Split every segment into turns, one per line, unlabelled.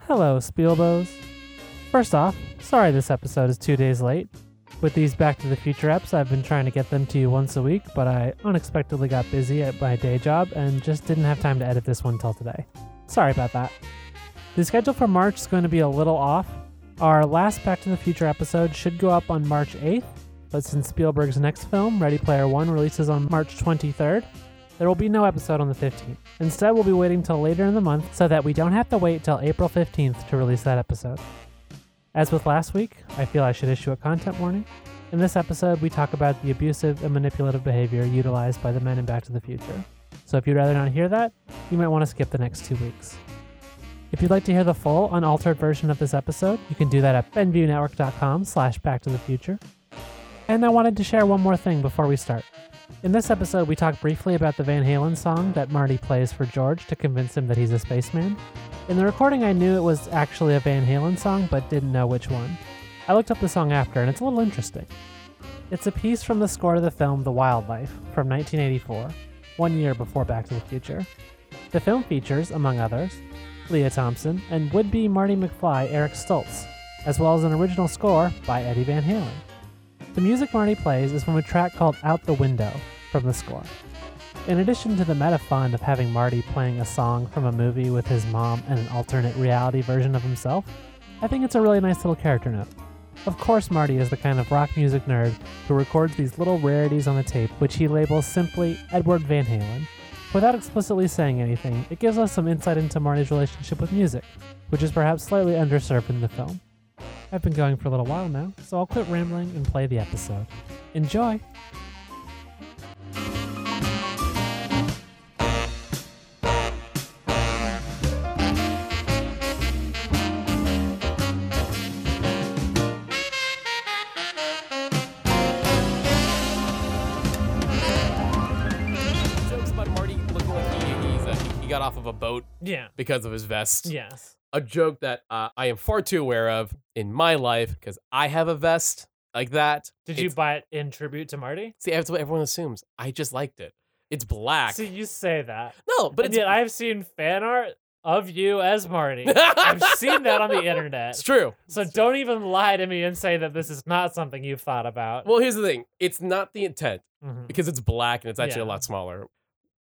Hello, Spielbos. First off, sorry this episode is two days late. With these Back to the Future apps, I've been trying to get them to you once a week, but I unexpectedly got busy at my day job and just didn't have time to edit this one till today. Sorry about that. The schedule for March is going to be a little off. Our last Back to the Future episode should go up on March 8th, but since Spielberg's next film, Ready Player One, releases on March 23rd, there will be no episode on the 15th. Instead, we'll be waiting till later in the month so that we don't have to wait till April 15th to release that episode. As with last week, I feel I should issue a content warning. In this episode, we talk about the abusive and manipulative behavior utilized by the men in Back to the Future. So if you'd rather not hear that, you might want to skip the next two weeks. If you'd like to hear the full, unaltered version of this episode, you can do that at benviewnetwork.com slash back to the future. And I wanted to share one more thing before we start. In this episode, we talk briefly about the Van Halen song that Marty plays for George to convince him that he's a spaceman. In the recording, I knew it was actually a Van Halen song, but didn't know which one. I looked up the song after, and it's a little interesting. It's a piece from the score to the film The Wildlife from 1984, one year before Back to the Future. The film features, among others, Leah Thompson and would be Marty McFly Eric Stoltz, as well as an original score by Eddie Van Halen. The music Marty plays is from a track called Out the Window from the score. In addition to the meta fun of having Marty playing a song from a movie with his mom and an alternate reality version of himself, I think it's a really nice little character note. Of course, Marty is the kind of rock music nerd who records these little rarities on the tape, which he labels simply Edward Van Halen. Without explicitly saying anything, it gives us some insight into Marty's relationship with music, which is perhaps slightly underserved in the film. I've been going for a little while now, so I'll quit rambling and play the episode. Enjoy!
jokes about Marty looking like he, he's, uh, he, he got off of a boat
Yeah.
because of his vest.
Yes.
A joke that uh, I am far too aware of in my life because I have a vest like that.
Did you
It's-
buy it in tribute to Marty?
See, that's what everyone assumes. I just liked it. It's black.
So you say that.
no, but
and
it's,
yet I've seen fan art of you as Marty. I've seen that on the internet.
it's true.
So don't even lie to me and say that this is not something you've thought about.
Well, here's the thing. It's not the intent
Mhm.
because it's black and it's actually a
Yeah.
lot smaller.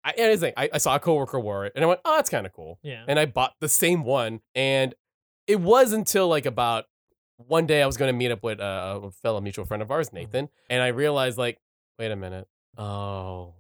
I, and here's the thing. I, I saw a coworker wore it and I went, oh, that's kind of cool.
Yeah.
and I bought the same one. And it was until like about one day I was going to meet up with uh, a fellow mutual friend of ours, Nathan, and I realized like, wait a minute, oh,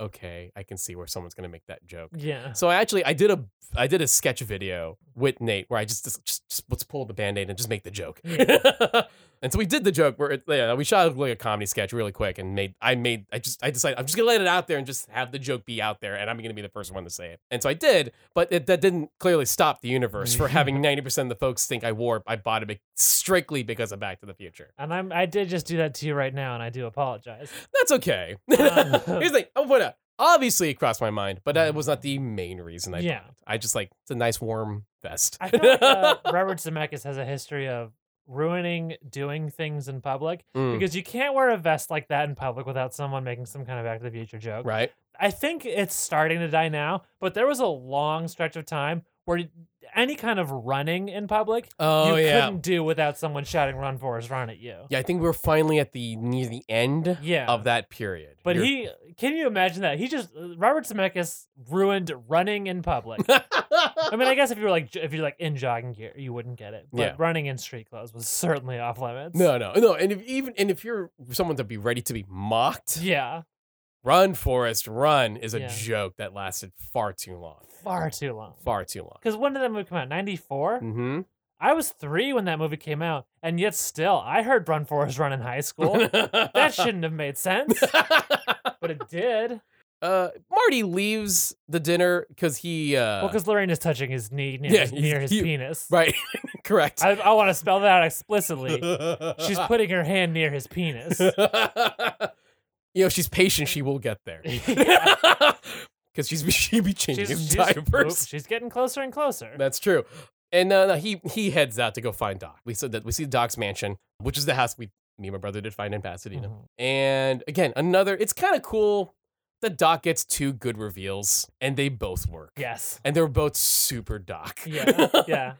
okay, I can see where someone's going to make that joke.
Yeah.
So I actually I did a I did a sketch video with Nate where I just just, just, just let's pull the band-aid and just make the joke. and so we did the joke where it, yeah, we shot like a comedy sketch really quick and made I made I just I decided I'm just gonna let it out there and just have the joke be out there and I'm gonna be the first one to say it. And so I did, but it, that didn't clearly stop the universe for having 90% of the folks think I wore I bought it be- strictly because of Back to the Future.
And I'm I did just do that to you right now, and I do apologize.
That's okay.
Uh.
Here's the thing. I'll point out. Obviously, it crossed my mind, but that
Mhm.
was not the main reason I
yeah.
I just like it's a nice warm vest.
I feel like uh, Robert Zemeckis has a history of ruining doing things in public
Mm,
because you can't wear a vest like that in public without someone making some kind of Back to the Future joke.
right.
I think it's starting to die now, but there was a long stretch of time where any kind of running in public
Oh
you
yeah,
couldn't do without someone shouting "Run Forrest, run" at you.
yeah. I think we're finally at the near the end
Yeah.
of that period.
but
You're-
he, can you imagine that? He just Robert Zemeckis ruined running in public. I mean, I guess if you were like j- if you're like in jogging gear, you wouldn't get it. But
Yeah.
running in street clothes was certainly off limits.
no, no, no. And if even and if you're someone to be ready to be mocked,
Yeah.
run, Forrest, run is a
Yeah.
joke that lasted far too long,
Far too long.
far too long.
Because when did that movie come out? 94?
Mm-hmm.
I was three when that movie came out, and yet still, I heard Run Forest Run in high school. that shouldn't have made sense, but it did.
uh, Marty leaves the dinner because he. Uh,
Well, because Lorraine is touching his knee near,
Yeah,
his,
he's
near his
cute.
penis.
right, correct.
I, I want to spell that out explicitly. She's
She's
putting her hand near his penis.
you know, she's patient. She will get there. Because she's she be changing
She's,
his
she's,
diapers.
oop, she's getting closer and closer.
That's true. And uh, no, he he heads out to go find Doc. We said that we see Doc's mansion, which is the house we me and my brother did find in Pasadena.
Mhm.
And again, another. It's kind of cool that Doc gets two good reveals, and they both work.
Yes.
And they're both super Doc.
Yeah. Yeah.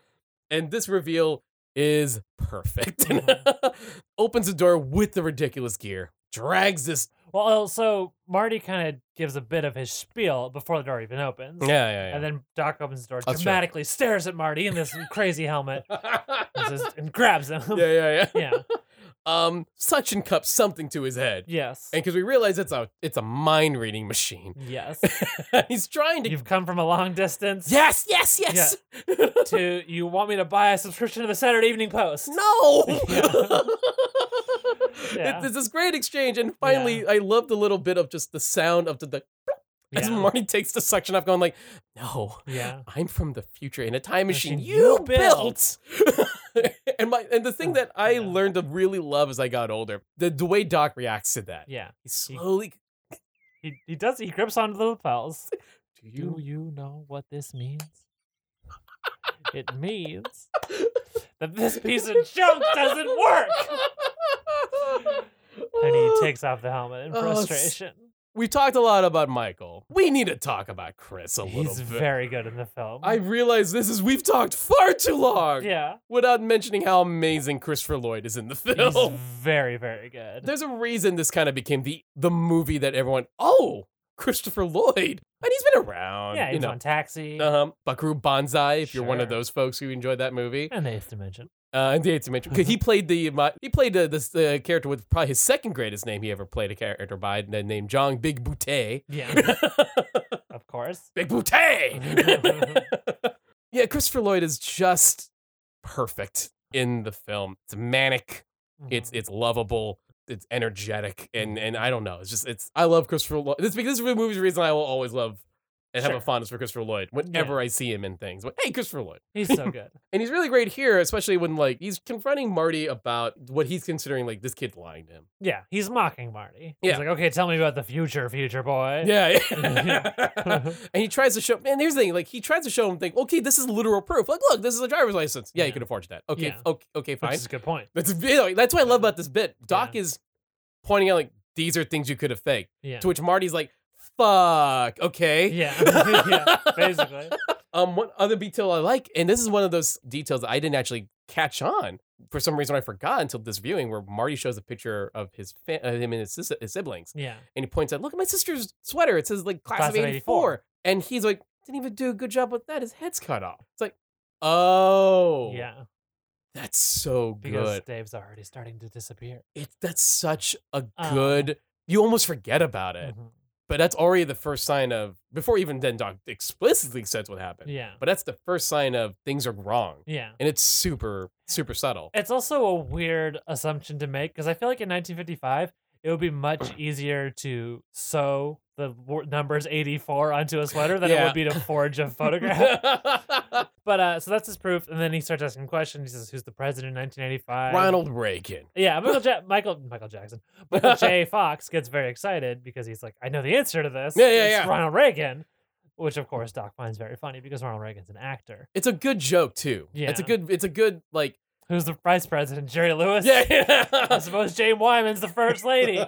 And this reveal is perfect.
Mm-hmm.
Opens the door with the ridiculous gear, drags this.
Well, uh, so Marty kind of gives a bit of his spiel before the door even opens.
Yeah, yeah, yeah.
And then Doc opens the door,
That's true.
dramatically stares at Marty in this crazy helmet, and, says, and grabs him.
yeah, yeah, yeah.
yeah.
Um, Suchin cups something to his head,
Yes.
and because we realize it's a it's a mind reading machine.
Yes.
He's trying to.
You've come from a long distance.
Yes, yes, yes.
To you want me to buy a subscription to the Saturday Evening Post.
No.
Yeah. Yeah.
It- It's this great exchange, and finally, I love the little bit of just the sound of the, the
Yeah.
as Marty takes the suction up, going like, "No,
yeah.
I'm from the future in a time machine,
Machine
you,
you
built. and my and the thing
Oh,
that I
yeah.
learned to really love as I got older, the, the way Doc reacts to that.
Yeah.
He slowly
He, he does. He grips onto the lapels.
Do
Do
you
you know what this means? it means that this piece of junk doesn't work. And he takes off the helmet in
Oh, it's-
frustration.
We talked a lot about Michael. We need to talk about Chris a little
He's
bit.
very good in the film.
I realize this is we've talked far too long
yeah.
without mentioning how amazing Christopher Lloyd is in the
He's
film.
very, very good.
There's a reason this kind of became the the movie that everyone oh Christopher Lloyd and he's been around
yeah, he
you
was
know
on Taxi
uh-huh. Buckaroo Banzai if you're one of
Sure.
those folks who enjoyed that movie
and Eighth Dimension.
uh, and the Eighth Dimension because he played the my, he played uh, this uh, character with probably his second greatest name he ever played a character by named John Big Boutte
Yeah, of course.
Big
Mm-hmm.
Boutte yeah Christopher Lloyd is just perfect in the film it's manic It's
Mhm.
it's lovable. It's energetic, and and I don't know. It's just it's I love Christopher Lloyd. This because this is the movie's reason I will always love and have
Sure.
a fondness for Christopher Lloyd whenever I see him in things. But hey, Christopher Lloyd,
he's so good.
and he's really great here, especially when like he's confronting Marty about what he's considering like this kid lying to him.
Yeah, he's mocking Marty.
Yeah.
He's like, okay, tell me about the future, future boy.
Yeah,
Yeah.
and he tries to show. Man, here's the thing. Like he tries to show him, think, okay, this is literal proof. Like, look, this is a driver's license. Yeah, you
Yeah.
could afford that.
Yeah.
Okay, f- okay, okay,
which
fine.
is a good point.
That's you know, that's what I love about this bit. Doc
Yeah.
is pointing out like these are things you could have faked.
Yeah,
To which Marty's like, "Fuck, okay."
yeah, yeah. Basically,
Um, one other detail I like, and this is one of those details that I didn't actually catch on for some reason I forgot until this viewing, where Marty shows a picture of his fa- uh, him and his, sis- his siblings,
yeah.
and he points out, "Look at my sister's sweater. It says like class, of '84," and he's like, "Didn't even do a good job with that. His head's cut off." It's like, oh,
Yeah,
that's so
because
good.
Dave's already starting to disappear.
It that's such a
Uh.
good. you almost forget about it.
Mhm.
But that's already the first sign of before even then Doc explicitly says what happened.
Yeah,
But that's the first sign of things are wrong.
yeah.
And it's super, super subtle.
It's also a weird assumption to make because I feel like in 1955 it would be much easier to sew the wor- numbers 84 onto a sweater than it
Yeah.
would be to forge a photograph. But uh, so that's his proof, and then he starts asking questions. He says, "Who's the president in 1985?"
Ronald Reagan.
Yeah, Michael ja- Michael Michael Jackson. Michael J. Fox gets very excited because he's like, "I know the answer to this."
Yeah, yeah,
It's
yeah.
Ronald Reagan, which of course Doc finds very funny because Ronald Reagan's an actor.
It's a good joke too. It's a
Yeah.
good it's a good like
Who's the vice president? Jerry Lewis.
Yeah.
I suppose Jane Wyman's the first lady.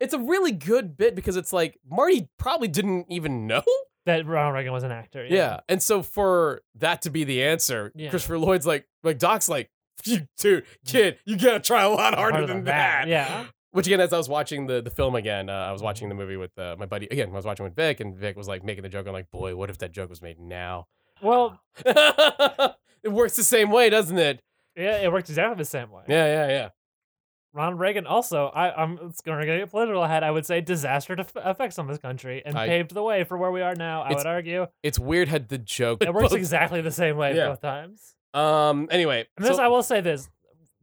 it's a really good bit because it's like Marty probably didn't even know.
that Ronald Reagan was an actor.
Yeah. And so for that to be the answer,
Yeah.
Christopher Lloyd's like like Doc's like, "You- dude, kid, you gotta try a lot harder, than, that.
Yeah.
Which again, as I was watching the the film again, uh, I was watching the movie with uh, my buddy again. I was watching with Vic, and Vic was like making the joke. I'm like, boy, what if that joke was made now?
Well,
it works the same way, doesn't it?
yeah, it worked exactly the same way.
Yeah, yeah, yeah.
Ronald Reagan also, I, I'm it's going to get political ahead. I would say disaster def- effects on this country and
I-
paved the way for where we are now. I
It's-
would argue
It's weird how the joke.
it works exactly the same way
Yeah.
both times.
um. Anyway.
And this,
so-
I will say this: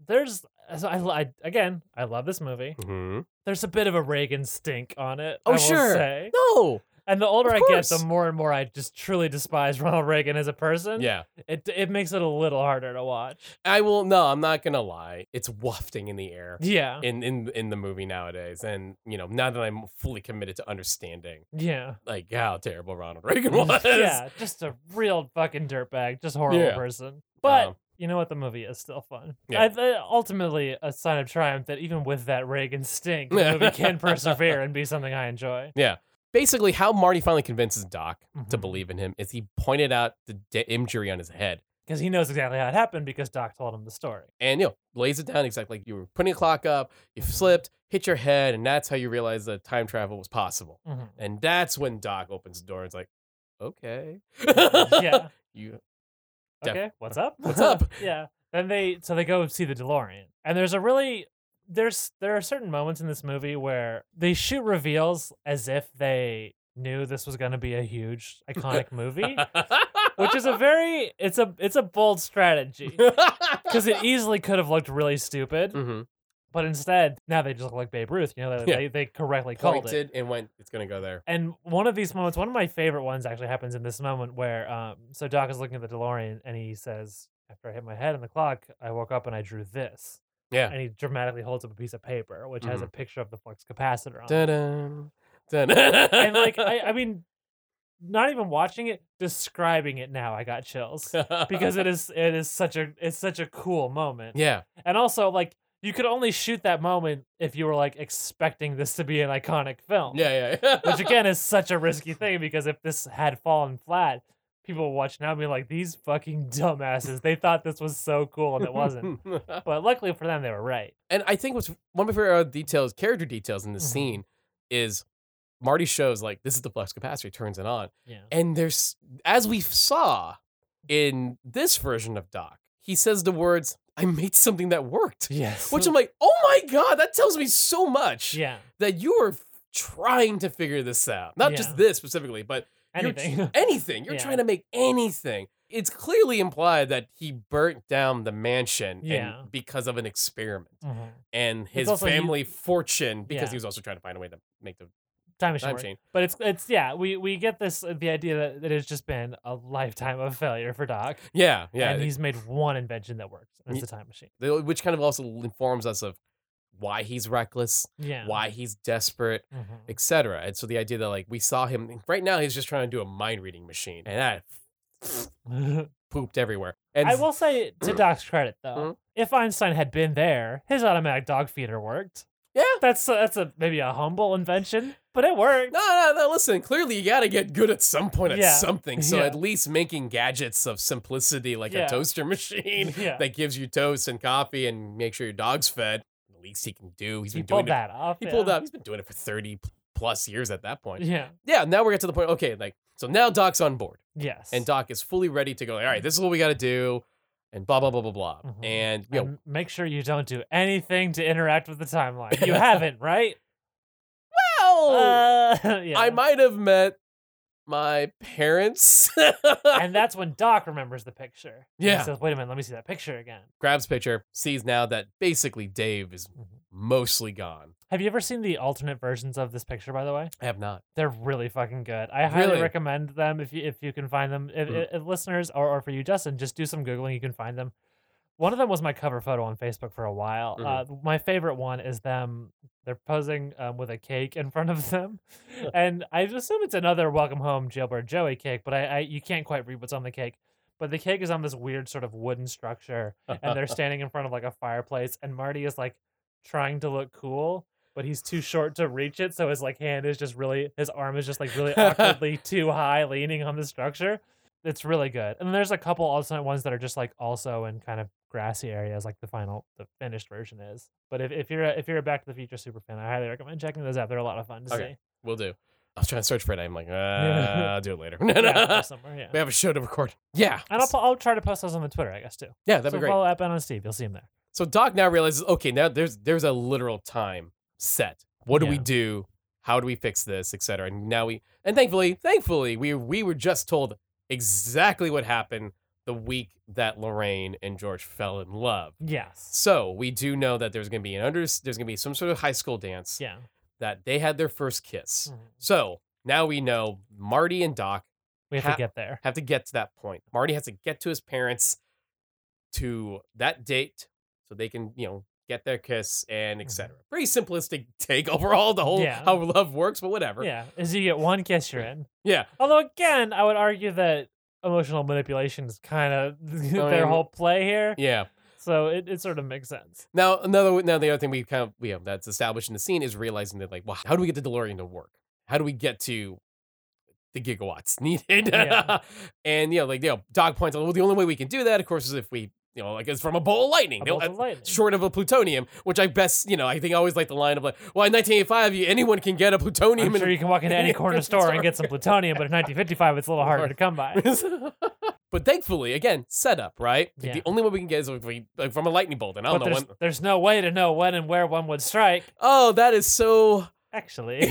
there's, so I, I again, I love this movie.
Mhm.
There's a bit of a Reagan stink on it.
Oh,
I will
sure.
say.
No.
And the older
Of
I get, the
course.
more and more I just truly despise Ronald Reagan as a person.
Yeah.
it it makes it a little harder to watch.
I will. No, I'm not gonna lie. It's wafting in the air.
Yeah,
In, in in the movie nowadays, and you know now that I'm fully committed to understanding
yeah.
like how terrible Ronald Reagan was.
Yeah, just a real fucking dirtbag, just horrible
Yeah.
person. But
Um,
you know what? The movie is still fun.
Yeah.
I, th- ultimately, a sign of triumph that even with that Reagan stink, the
Yeah.
movie can persevere and be something I enjoy.
basically how Marty finally convinces Doc to
Mhm.
believe in him is he pointed out the d- injury on his head
because he knows exactly how it happened because Doc told him the story.
and you know lays it down exactly like you were putting a clock up you slipped hit your head and that's how you realize that time travel was possible
Mhm.
and that's when doc opens the door and it's like okay
Yeah.
you Def-
Okay, what's up?
What's up?
yeah. Then they so they go see the DeLorean. And there's a really there's there are certain moments in this movie where they shoot reveals as if they knew this was going to be a huge iconic movie, which is a very it's a it's a bold strategy because it e easily could have looked really stupid,
hmm
but instead now they just look like Babe Ruth. You know, they
Yeah.
they, they correctly called it.
pointed and went it's gonna go there
And one of these moments, one of my favorite ones actually happens in this moment where um so Doc is looking at the DeLorean and he says, After I hit my head on the clock, I woke up and I drew this.
yeah Mm-hmm.
And he dramatically holds up a piece of paper which has a picture of the flux capacitor on it.
Dun-dun. Dun.
Uh. And like I, I mean not even watching it, describing it now, I got chills. Because it is it is such a it's such a cool moment.
yeah
And also like you could only shoot that moment if you were like expecting this to be an iconic film.
yeah yeah
which again is such a risky thing because if this had fallen flat, people watch now and be like, "These fucking dumbasses! They thought this was so cool and it wasn't." but luckily for them, they were right.
and I think what's one of my favorite uh, details, character details in this
Mhm.
scene, is Marty shows like this is the flux capacitor, turns it on,
Yeah,
and there's as we saw in this version of Doc, he says the words, "I made something that worked,"
yes,
which I'm like, oh my god, that tells me so much
yeah,
that you are trying to figure this out, not
Yeah.
just this specifically, but you're tr-
anything.
anything. You're
Yeah.
trying to make anything. It's clearly implied that he burnt down the mansion and-
Yeah.
because of an experiment
Mhm.
and his
also he-
family fortune because
Yeah.
he was also trying to find a way to make the
Time machine,
time
work.
machine.
but it's it's yeah. We we get this uh, the idea that it has just been a lifetime of failure for Doc,
Yeah, yeah.
and
it-
he's made one invention that works, and it's
Ye-
the time machine.
the- which kind of also informs us of why he's reckless,
Yeah,
why he's desperate,
Mhm.
etc. And so the idea that like we saw him right now, he's just trying to do a mind reading machine, and that
Mm-hmm.
pooped everywhere. And
I will say to Doc's credit though,
Mhm.
if Einstein had been there, his automatic dog feeder worked.
Yeah.
That's a, that's a maybe a humble invention, but it worked.
No, no, no. Listen, clearly you got to get good at some point at
Yeah.
something. So
Yeah.
at least making gadgets of simplicity, like
Yeah.
a toaster machine
Yeah.
that gives you toast and coffee and make sure your dog's fed. The least he can do. He's
he
been
pulled
doing it.
that off.
He
yeah.
pulled up. He's been doing it for thirty p- plus years at that point.
Yeah.
Yeah. Now we're get to the point. Okay, like so now Doc's on board
Yes.
and Doc is fully ready to go. All right, this is what we got to do, and blah blah blah blah blah.
Mhm.
And you know,
And make sure you don't do anything to interact with the timeline. You haven't, right?
well,
Uh, yeah.
I might have met my parents.
and that's when Doc remembers the picture. He
Yeah.
says, "Wait a minute, let me see that picture again."
grabs picture, sees now that basically Dave is
Mhm.
mostly gone.
Have you ever seen the alternate versions of this picture? By the way,
I have not.
they're really fucking good. I highly
Really?
recommend them if you if you can find them. If,
Mhm.
if listeners or, or for you, Justin, just do some googling. You can find them. One of them was my cover photo on Facebook for a while.
Mhm.
Uh, my favorite one is them. They're posing um, with a cake in front of them, and I assume it's another "Welcome Home, Jailbird Joey" cake. But I, I you can't quite read what's on the cake. But the cake is on this weird sort of wooden structure, and they're standing in front of like a fireplace, and Marty is like trying to look cool, but he's too short to reach it, so his like hand is just really his arm is just like really awkwardly too high, leaning on the structure. It's really good. And then there's a couple alternate ones that are just like also in kind of grassy areas, like the final the finished version is. But if, if you're a, if you're a Back to the Future super fan, I highly recommend checking those out. They're a lot of fun to
Okay. We'll do. I was trying to search for it. I'm like, uh, I'll do it later.
see. Yeah, they're somewhere, yeah.
we have a show to record. Yeah.
And I'll, po- I'll try to post those on the Twitter, I guess too.
yeah, that'd
so
be great.
follow up on Steve, you'll see him there.
So Doc now realizes, okay, now there's there's a literal time set. What do we
Yeah.
do? How do we fix this, et cetera? And now we and thankfully, thankfully, we we were just told exactly what happened the week that Lorraine and George fell in love.
Yes.
So we do know that there's gonna be an under there's gonna be some sort of high school dance
Yeah.
that they had their first kiss.
Mhm.
So now we know Marty and Doc
We have
Ha-
to get there.
have to get to that point. Marty has to get to his parents to that date so they can, you know, get their kiss and
Mhm.
etc. Pretty simplistic take overall the whole
Yeah.
how love works, but whatever.
Yeah. Is you get one kiss, you're in.
Yeah.
Although again, I would argue that emotional manipulation is kind of their
mean,
whole play here,
Yeah.
so it, it sort of makes sense.
Now another now the other thing we kind of we have that's established in the scene is realizing that like, well, how do we get the DeLorean to work? How do we get to the gigawatts needed.
Yeah.
and you know, like you know, Dog points out, well, the only way we can do that, of course, is if we, you know, like it's from a bolt of lightning.
A
They'll- uh,
bolt of lightning.
Short of a plutonium, which I best, you know, I think I always like the line of like, well, in 1985, you, anyone can get a plutonium.
I'm sure you can walk into any corner store and get some plutonium, but in 1955, it's a little harder to come by.
and- but thankfully, again, setup right. Like,
Yeah.
The only way we can get is if we, like, from a lightning bolt, and I
But
don't know
there's,
when.
there's no way to know when and where one would strike,
Oh, that is so
actually.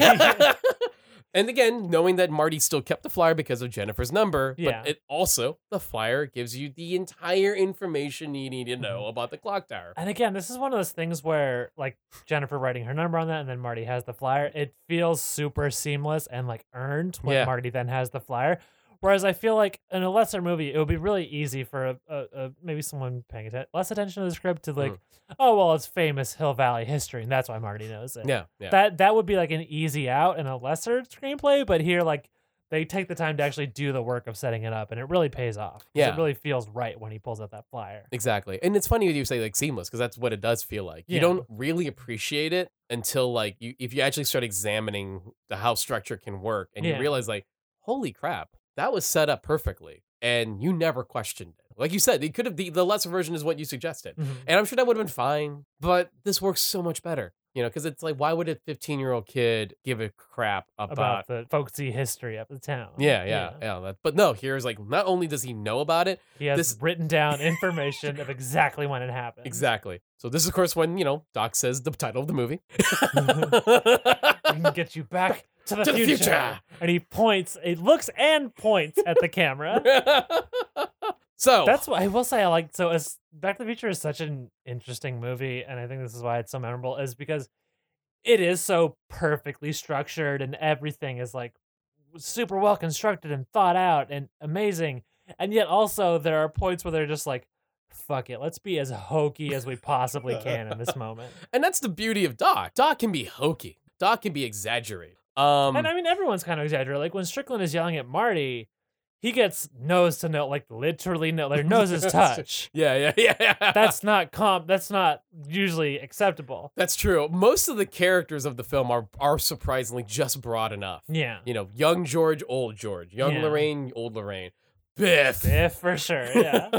and again, knowing that Marty still kept the flyer because of Jennifer's number,
Yeah.
but it also the flyer gives you the entire information you need to know
Mm-hmm.
about the clock tower.
And again, this is one of those things where like Jennifer writing her number on that and then Marty has the flyer. It feels super seamless and like earned when
Yeah.
Marty then has the flyer. Whereas I feel like in a lesser movie, it would be really easy for a, a, a maybe someone paying atten- less attention to the script to
Mm.
like, oh well, it's famous Hill Valley history, and that's why Marty knows it.
Yeah, yeah.
That that would be like an easy out in a lesser screenplay, but here like they take the time to actually do the work of setting it up, and it really pays off. 'cause
Yeah.
it really feels right when he pulls out that flyer.
exactly. And it's funny that you say like seamless because that's what it does feel like. You
Yeah.
don't really appreciate it until like you if you actually start examining the how structure can work and
Yeah.
you realize like, holy crap, that was set up perfectly. And you never questioned it. Like you said, it could have the, the lesser version is what you suggested.
Mhm.
And I'm sure that would have been fine, but this works so much better, you know, because it's like, why would a 15 year old kid give a crap about?
about the folksy history of the town.
yeah, yeah, yeah. that, but no, here's like, not only does he know about it,
He has
This-
written down information of exactly when it happened.
exactly. So this is, of course, when you know Doc says the title of the movie.
We can get you back to the,
To the
future.
future.
And he points, he looks and points at the camera.
so
That's what I will say. I like so as Back to the Future is such an interesting movie, and I think this is why it's so memorable, is because it is so perfectly structured and everything is like super well constructed and thought out and amazing. And yet also there are points where they're just like, fuck it, let's be as hokey as we possibly can in this moment.
and that's the beauty of Doc. Doc can be hokey. Doc can be exaggerated. Um,
and I mean, everyone's kind of exaggerating. Like when Strickland is yelling at Marty, he gets nose to nose, like literally no, their noses touch.
yeah, yeah, yeah, yeah.
That's not comp. That's not usually acceptable.
That's true. Most of the characters of the film are are surprisingly just broad enough.
Yeah.
You know, young George, old George, young
Mm. Yeah.
Lorraine, old Lorraine, Biff.
Biff for sure. Yeah.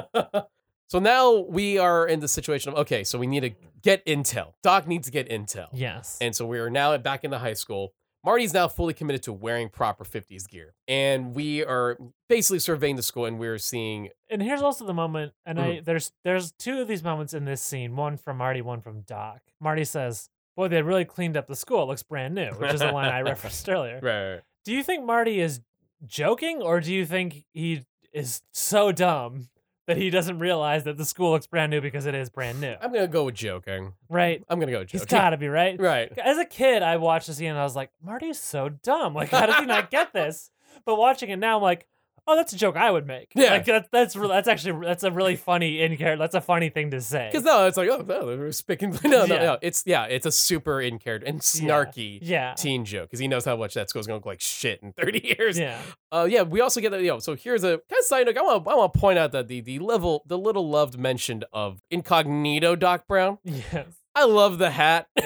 so now we are in the situation of okay, so we need to get intel. Doc needs to get intel.
yes.
And so we are now back in the high school. Marty's now fully committed to wearing proper 50s gear. And we are basically surveying the school and we're seeing
And here's also the moment, and I there's there's two of these moments in this scene. One from Marty, one from Doc. Marty says, "Boy, they really cleaned up the school. It looks brand new," which is the line I referenced earlier.
right,
Do you think Marty is joking, or do you think he is so dumb that he doesn't realize that the school looks brand new because it is brand new?
I'm gonna go with joking.
Right?
I'm gonna go with
He's
joking.
got to be right.
right.
As a kid, I watched the scene and I was like, Marty is so dumb. Like, how does he not get this? But watching it now, I'm like, oh, that's a joke I would make.
Yeah.
like that, that's re- that's actually that's a really funny in character. That's a funny thing to say.
Because no, it's like oh no, they're speaking. No, no,
Yeah.
no. It's yeah, it's a super in character and snarky
yeah,
teen joke because he knows how much that school's gonna look like shit in thirty years.
yeah,
Uh, yeah. We also get that. You know, so here's a kind of side note. I want I want to point out that the the level the little loved mention of incognito Doc Brown.
yes.
I love the hat.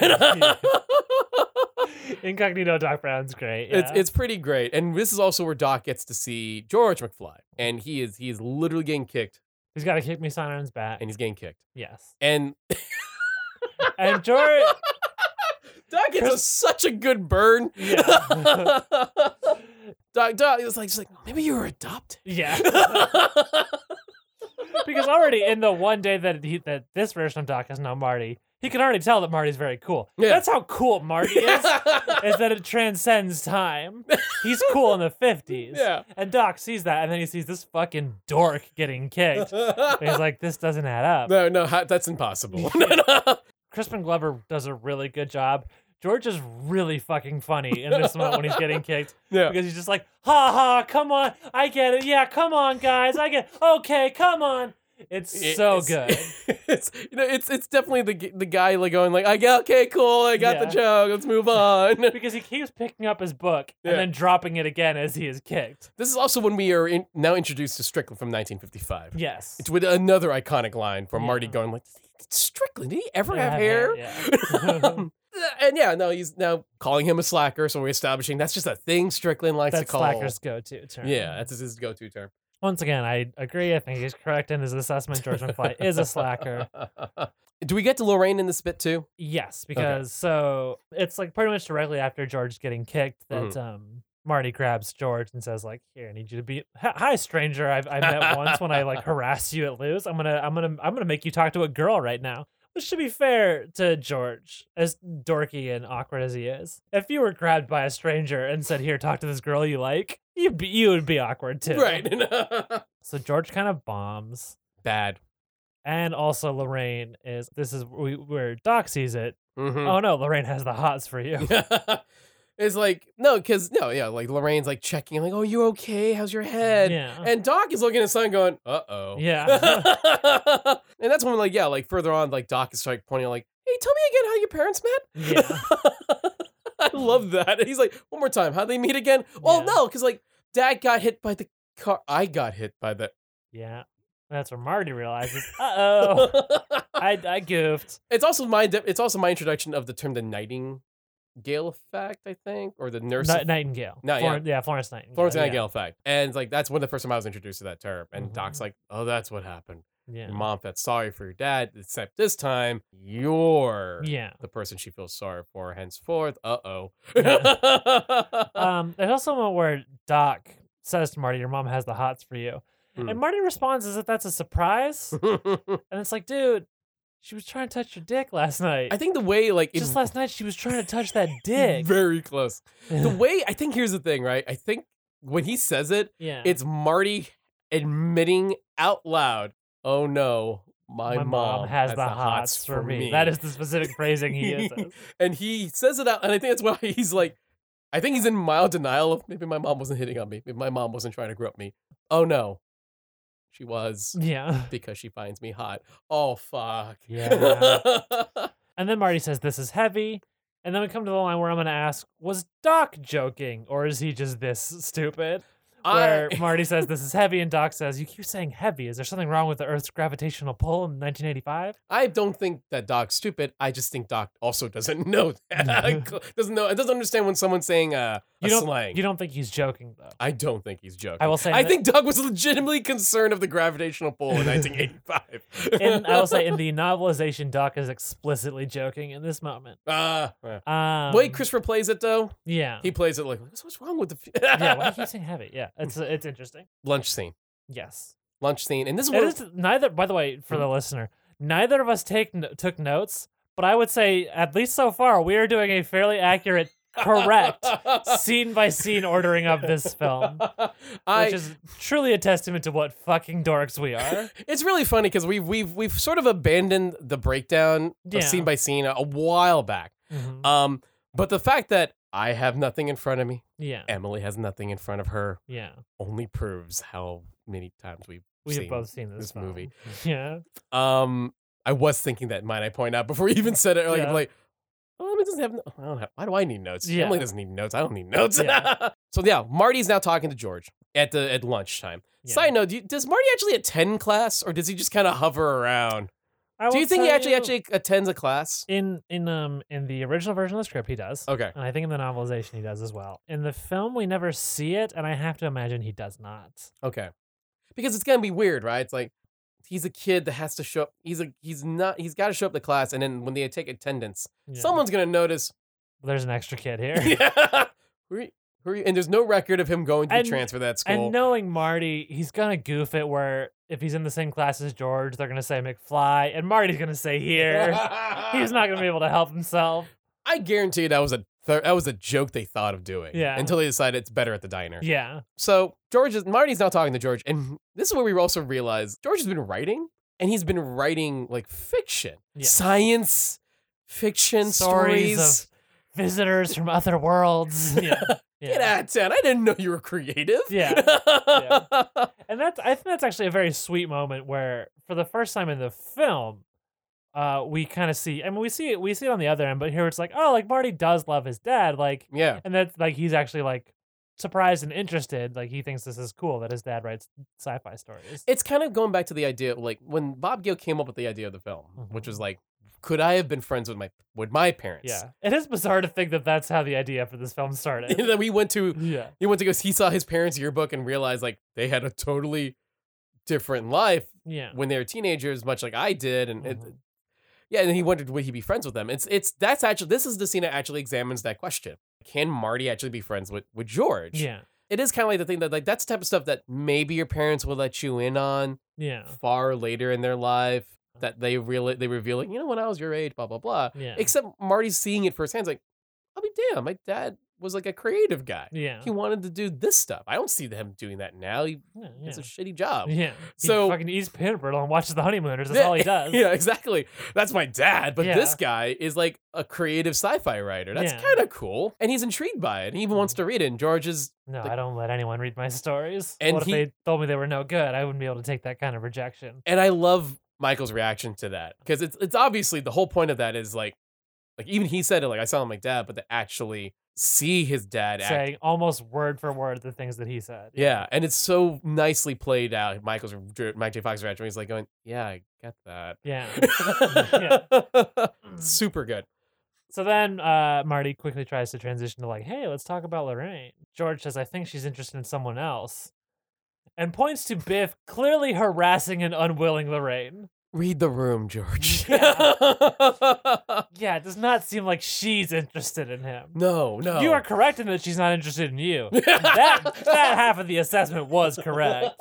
Yeah. Incognito Doc Brown's great.
It's
yeah.
it's pretty great, and this is also where Doc gets to see George McFly, and he is he is literally getting kicked,
he's got to kick me sign on his back.
and he's getting kicked,
Yes,
and
and George.
Doc gets a, such a good burn.
Yeah.
Doc, Doc, it's like, it's like maybe you were adopted.
Yeah, because already in the one day that he, that this version of Doc is now Marty, he can already tell that Marty's very cool.
Yeah.
That's how cool Marty is. is that it transcends time. He's cool in the 50s.
yeah.
And Doc sees that, and then he sees this fucking dork getting kicked. And he's like, this doesn't add up.
no, no, ha- that's impossible. No, no.
Crispin Glover does a really good job. George is really fucking funny in this moment when he's getting kicked
yeah.
because he's just like, ha ha, come on, I get it. Yeah, come on, guys, I get Okay, come on. It's
It-
so
it's-
good.
It's you know, it's it's definitely the g- the guy like going like, I got okay, cool, I got
Yeah.
the joke. Let's move on.
Because he keeps picking up his book
Yeah.
and then dropping it again as he is kicked.
This is also when we are in, now introduced to Strickland from 1955.
Yes.
It's with another iconic line from Marty
Yeah.
going like, Strickland, did he ever
Yeah,
have
hair,
hair?
yeah.
and yeah, no, he's now calling him a slacker. So we're establishing that's just a thing Strickland likes
That's
to call.
Slacker's go-to term.
Yeah, that's his- his go-to term.
Once again, I agree. I think he's correct in his assessment. George McFly is a slacker.
Do we get to Lorraine in this bit too?
Yes, because so it's like pretty much directly after George getting kicked that um Marty grabs George and says like, "Here, I need you to be hi stranger. I've I met once when I like harassed you at Lou's. I'm gonna I'm gonna I'm gonna make you talk to a girl right now." Which to be fair to George, as dorky and awkward as he is, if you were grabbed by a stranger and said, "Here, talk to this girl you like," you'd be you would be awkward too.
Right.
So George kind of bombs.
Bad.
And also Lorraine is this is we, where Doc sees it.
Mhm.
Oh no, Lorraine has the hots for you.
it's like no, because no, yeah, like Lorraine's like checking, like, "Oh, you okay? How's your head?"
yeah.
And Doc is looking at something going, "Uh oh."
Yeah.
and that's when, like, yeah, like further on, like Doc is like pointing, out, like, "Hey, tell me again how your parents met."
yeah.
I love that. And he's like, one more time, how'd they meet again? Well,
Mm. Yeah.
no, because like dad got hit by the car. I got hit by the.
Yeah. That's where Marty realizes, uh oh, I, I goofed.
it's also my de- it's also my introduction of the term the nightingale effect, I think, or the nurse.
Ni- Nightingale.
No, yeah.
Floren- yeah, Florence Nightingale.
Florence
yeah.
Nightingale effect. And like that's when the first time I was introduced to that term. And
Mhm.
Doc's like, oh, that's what happened.
Yeah.
Your mom felt sorry for your dad, except this time you're
Yeah.
the person she feels sorry for henceforth. Uh oh.
Um, there's also a moment where Doc says to Marty, Your mom has the hots for you.
Hmm.
And Marty responds as if that's a surprise. and it's like, dude, she was trying to touch your dick last night.
I think the way like it
Just last night, she was trying to touch that dick.
Very close. The way I think here's the thing, right? I think when he says it,
yeah.
it's Marty admitting out loud, "Oh no, my,
my, mom, has, the, hots, for me. That is the specific phrasing he uses.
and he says it out, and I think that's why he's like, I think he's in mild denial of maybe my mom wasn't hitting on me, maybe my mom wasn't trying to grope me. Oh no, she was
Yeah.
because she finds me hot. Oh fuck.
Yeah. and then Marty says, This is heavy. And then we come to the line where I'm going to ask, Was Doc joking or is he just this stupid? Where
I-
Marty says, This is heavy. And Doc says, You keep saying heavy. Is there something wrong with the Earth's gravitational pull in 1985?
I don't think that Doc's stupid. I just think Doc also doesn't know that. doesn't know. Doesn't understand when someone's saying uh, a
You don't-
slang.
You don't think he's joking, though.
I don't think he's joking.
I will say
I
that-
think Doc was legitimately concerned of the gravitational pull in 1985.
And I will say, in the novelization, Doc is explicitly joking in this moment.
Uh, uh,
Um,
Wait, Christopher plays it though.
Yeah.
He plays it like, "What's- what's wrong with the
yeah, why do you keep saying heavy? Yeah, it's it's interesting.
lunch scene?
Yes.
Lunch scene, and this is
It
what
is neither. By the way, for the listener, neither of us take n- took notes, but I would say at least so far we are doing a fairly accurate, correct scene by scene ordering of this film,
I,
which is truly a testament to what fucking dorks we are.
It's really funny because we've we've we've sort of abandoned the breakdown
Yeah.
of scene by scene a, a while back.
Mhm.
Um, but the fact that I have nothing in front of me,
Yeah,
Emily has nothing in front of her,
yeah.
only proves how many times we've
We
seen.
have both seen this,
this movie.
film. Yeah,
Um, I was thinking that. Might I point out before you even said it? Like,
Yeah.
like, well, Emily doesn't have. No- I don't have. Why do I need notes?
Yeah.
Emily doesn't need notes. I don't need notes.
Yeah.
so yeah, Marty's now talking to George at the at lunchtime.
Yeah.
Side note: do you, Does Marty actually attend class, or does he just kind of hover around?
I
Do
will
you think he
tell
actually
you-
actually attends a class?
in in um in the original version of the script he does,
Okay.
and I think in the novelization he does as well. In the film, we never see it, and I have to imagine he does not.
Okay. Because it's gonna be weird, right? It's like he's a kid that has to show up. He's a he's not he's gotta show up to class and then when they take attendance,
Yeah.
someone's gonna notice
there's an extra kid here.
yeah, who, are you, who are you? And there's no record of him going to
And-
the transfer that school.
And knowing Marty, he's gonna goof it where if he's in the same class as George, they're gonna say McFly, and Marty's gonna say here. he's not gonna be able to help himself.
I guarantee that was a th- that was a joke they thought of doing.
Yeah.
Until they decided it's better at the diner.
Yeah.
So George is Marty's now talking to George, and this is where we also realize George has been writing, and he's been writing like fiction,
Yeah.
science fiction stories.
Stories of visitors from other worlds. Yeah. yeah.
Get out of town! I didn't know you were creative.
Yeah. And that's I think that's actually a very sweet moment where for the first time in the film, uh, we kind of see I mean we see it we see it on the other end, but here it's like, oh like Marty does love his dad, like
yeah.
and that's like he's actually like surprised and interested like he thinks this is cool that his dad writes sci-fi stories
It's kind of going back to the idea of like when Bob Gill came up with the idea of the film, which was like could I have been friends with my with my parents?
Mm-hmm. Yeah, it is bizarre to think that that's how the idea for this film started.
that we went to
yeah,
he went to go he saw his parents' yearbook and realized like they had a totally different life
yeah,
when they were teenagers, much like I did, and it,
Mhm.
yeah, and he wondered would he be friends with them. It's it's that's actually this is the scene that actually examines that question. Can Marty actually be friends with with George?
yeah,
it is kind of like the thing that like that's the type of stuff that maybe your parents will let you in on
yeah, Uh-huh.
far later in their life that they real they reveal like you know when I was your age, blah blah blah.
yeah,
Except Marty's seeing it firsthand. It's like, I'll be damned, my dad was like a creative guy.
yeah.
He wanted to do this stuff. I don't see him doing that now. He
yeah,
it's a
yeah.
shitty job.
yeah.
so-
he fucking eats peanut brittle and watches The Honeymooners. That's
Yeah,
all he does.
Yeah, exactly. That's my dad, but
Yeah.
this guy is like a creative sci-fi writer. That's
Yeah. Mm-hmm.
kind of cool, and he's intrigued by it. He even wants to read it. And George is
No,
Like-
I don't let anyone read my stories.
And
what
he-
if they told me they were no good? I wouldn't be able to take that kind of rejection.
and I love Michael's reaction to that because it's it's obviously the whole point of that is like like even he said it like I sound like my dad, but to actually see his dad act.
Saying almost word for word the things that he said.
Yeah, and it's so nicely played out. Michael's Mike J. Fox's reaction. He's like going, "Yeah, I get that."
Yeah. Mm.
Super good.
So then uh, Marty quickly tries to transition to like, hey, let's talk about Lorraine. George says, I think she's interested in someone else. And points to Biff clearly harassing and unwilling Lorraine.
Read the room, George.
Yeah. Yeah, it does not seem like she's interested in him.
no, no.
You are correct in that she's not interested in you. that that half of the assessment was correct.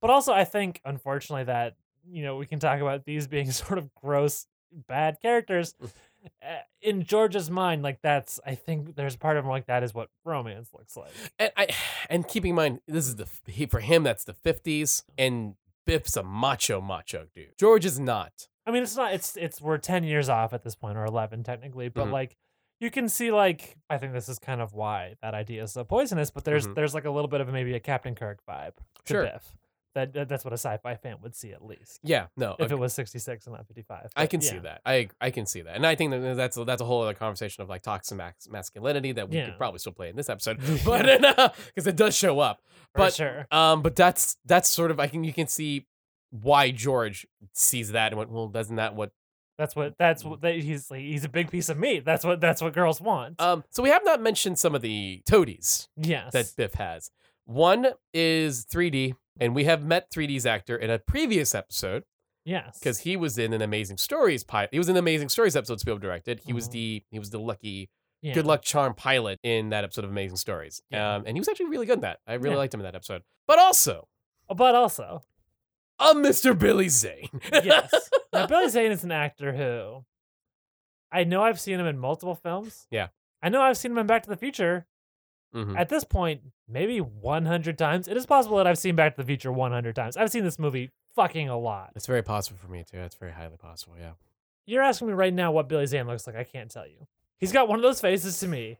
But also, I think unfortunately that you know we can talk about these being sort of gross, bad characters.
Mm.
Uh, In George's mind, like that's I think there's part of him like that is what romance looks like.
and I and keeping in mind this is the he, for him that's the fifties and Biff's a macho macho dude. George is not.
I mean, it's not it's it's we're ten years off at this point or eleven technically, but
Mhm.
like you can see like I think this is kind of why that idea is so poisonous. But there's
Mhm.
there's like a little bit of maybe a Captain Kirk vibe to
Sure.
Biff. That, that that's what a sci-fi fan would see at least.
Yeah, no.
If it was 66 and not 55.
I
but
can see
yeah.
that. I I can see that, and I think that that's that's a whole other conversation of like toxic max- masculinity that we
Yeah.
could probably still play in this episode, but because it does show up.
For
But
sure.
um, but that's that's sort of I can you can see why George sees that and went well doesn't that what
That's what. That's
Mm.
what. That he's like. He's a big piece of meat. That's what. That's what girls want.
um. So we have not mentioned some of the toadies
yes.
that Biff has. One is 3D, and we have met 3D's actor in a previous episode
yes.
because he was in an Amazing Stories pilot. He was in Amazing Stories episode Spielberg directed. He was
Mhm.
the he was the lucky
yeah.
Good Luck Charm pilot in that episode of Amazing Stories.
Yeah.
Um, and he was actually really good in that. I really
Yeah.
liked him in that episode. But also,
But also,
a Mr. Billy Zane.
yes. now Billy Zane is an actor who, I know I've seen him in multiple films.
Yeah.
I know I've seen him in Back to the Future.
Mhm.
At this point, maybe 100 times. It is possible that I've seen Back to the Future 100 times. I've seen this movie fucking a lot.
It's very possible for me, too. It's very highly possible, yeah.
You're asking me right now what Billy Zane looks like. I can't tell you. He's got one of those faces to me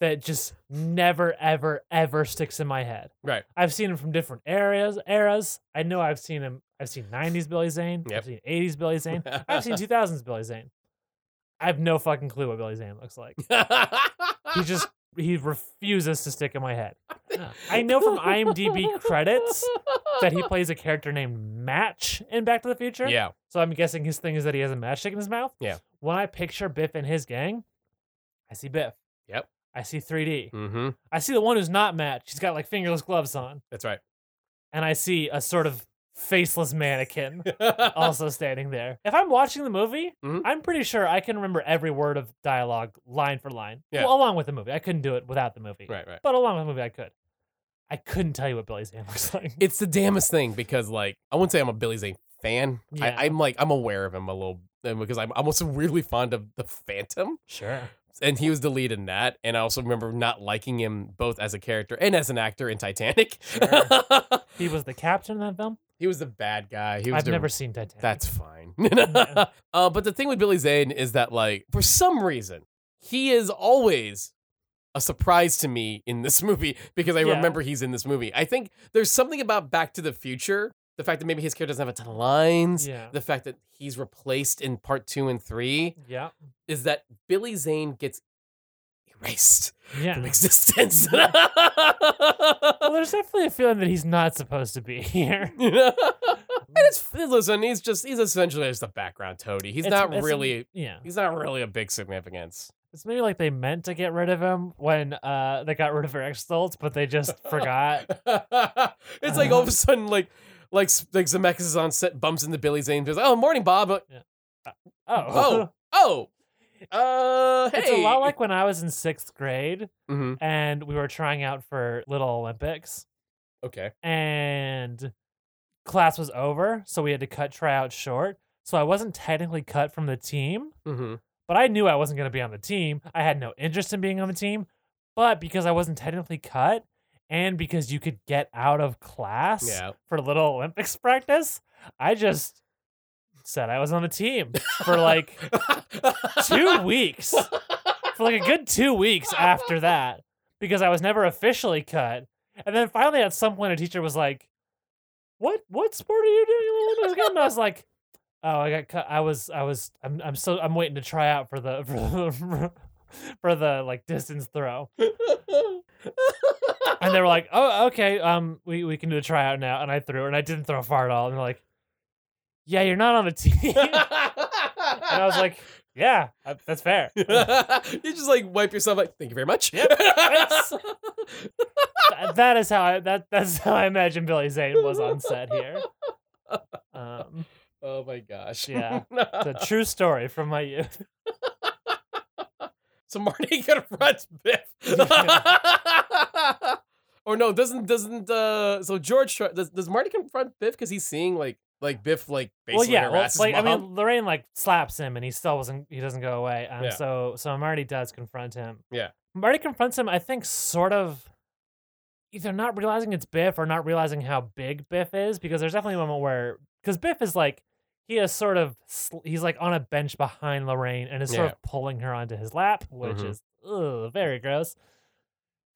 that just never, ever, ever sticks in my head.
Right.
I've seen him from different eras. Eras. I know I've seen him. I've seen '90s Billy Zane.
Yep.
I've seen '80s Billy Zane. I've seen 2000s Billy Zane. I have no fucking clue what Billy Zane looks like. He just he refuses to stick in my head. I know from IMDb credits that he plays a character named Match in Back to the Future.
Yeah.
So I'm guessing his thing is that he has a matchstick in his mouth.
Yeah.
When I picture Biff and his gang, I see Biff.
Yep.
I see 3D.
hmm
I see the one who's not Match. She's got like fingerless gloves on,
That's right.
and I see a sort of faceless mannequin also standing there. If I'm watching the movie,
Mhm.
I'm pretty sure I can remember every word of dialogue line for line.
Yeah.
Well, along with the movie, I couldn't do it without the movie.
right, right.
But along with the movie, I could. I couldn't tell you what Billy Zane looks like.
It's the damnest thing because, like, I wouldn't say I'm a Billy Zane fan.
Yeah.
I, I'm like, I'm aware of him a little uh, because I'm, I'm also really fond of The Phantom.
sure.
and he was the lead in that. And I also remember not liking him both as a character and as an actor in Titanic.
He was the captain in that film.
he was the bad guy. He was
I've
the-
never seen Titanic.
That's fine. uh, but the thing with Billy Zane is that, like, for some reason, he is always a surprise to me in this movie because I
Yeah.
remember he's in this movie. I think there's something about Back to the Future, the fact that maybe his character doesn't have a ton of lines,
yeah.
the fact that he's replaced in part two and three,
yeah.
is that Billy Zane gets erased
Yeah.
from existence.
Well, there's definitely a feeling that he's not supposed to be here.
it's listen, he's just he's essentially just a background toady. He's
It's-
not
it's-
really
Yeah.
he's not really a big significance.
It's maybe like they meant to get rid of him when uh they got rid of Eric Stoltz, but they just forgot.
it's like all
Uh.
of a sudden like like like Zemeckis is on set bumps into Billy Zane and goes, "Oh, morning, Bob." Uh,
Oh.
Oh. Oh. Uh, hey.
It's a lot like when I was in sixth grade
Mhm.
and we were trying out for Little Olympics
Okay.
and class was over, so we had to cut tryouts short. So I wasn't technically cut from the team,
Mhm.
but I knew I wasn't going to be on the team. I had no interest in being on the team, but because I wasn't technically cut and because you could get out of class
Yeah.
for little Olympics practice, I just said I was on the team for like two weeks. For like a good two weeks after that because I was never officially cut. And then finally at some point a teacher was like, What what sport are you doing in the Olympics again? And I was like, Oh, I got cut. I was, I was, I'm, I'm so, I'm waiting to try out for the, for the, for the like distance throw. And they were like, oh, okay, um, we, we can do the tryout now. And I threw, and I didn't throw far at all. And they're like, yeah, you're not on the team. and I was like, yeah, I- that's fair.
you just like wipe yourself like thank you very much.
That's- Th- that is how I, that that's how I imagine Billy Zane was on set here. Um,
oh my gosh.
Yeah. it's a true story from my youth.
so Marty confronts Biff. or no, doesn't doesn't uh so George try- does, does Marty confront Biff because he's seeing like like Biff like
well,
basically
yeah, well,
harasses
like I
mom?
mean, Lorraine like slaps him, and he still wasn't. He doesn't go away. Um,
Yeah.
so so Marty does confront him.
Yeah.
Marty confronts him. I think sort of either not realizing it's Biff or not realizing how big Biff is because there's definitely a moment where because Biff is like he is sort of sl- he's like on a bench behind Lorraine and is sort
Yeah.
of pulling her onto his lap, which
Mhm.
is ugh, very gross.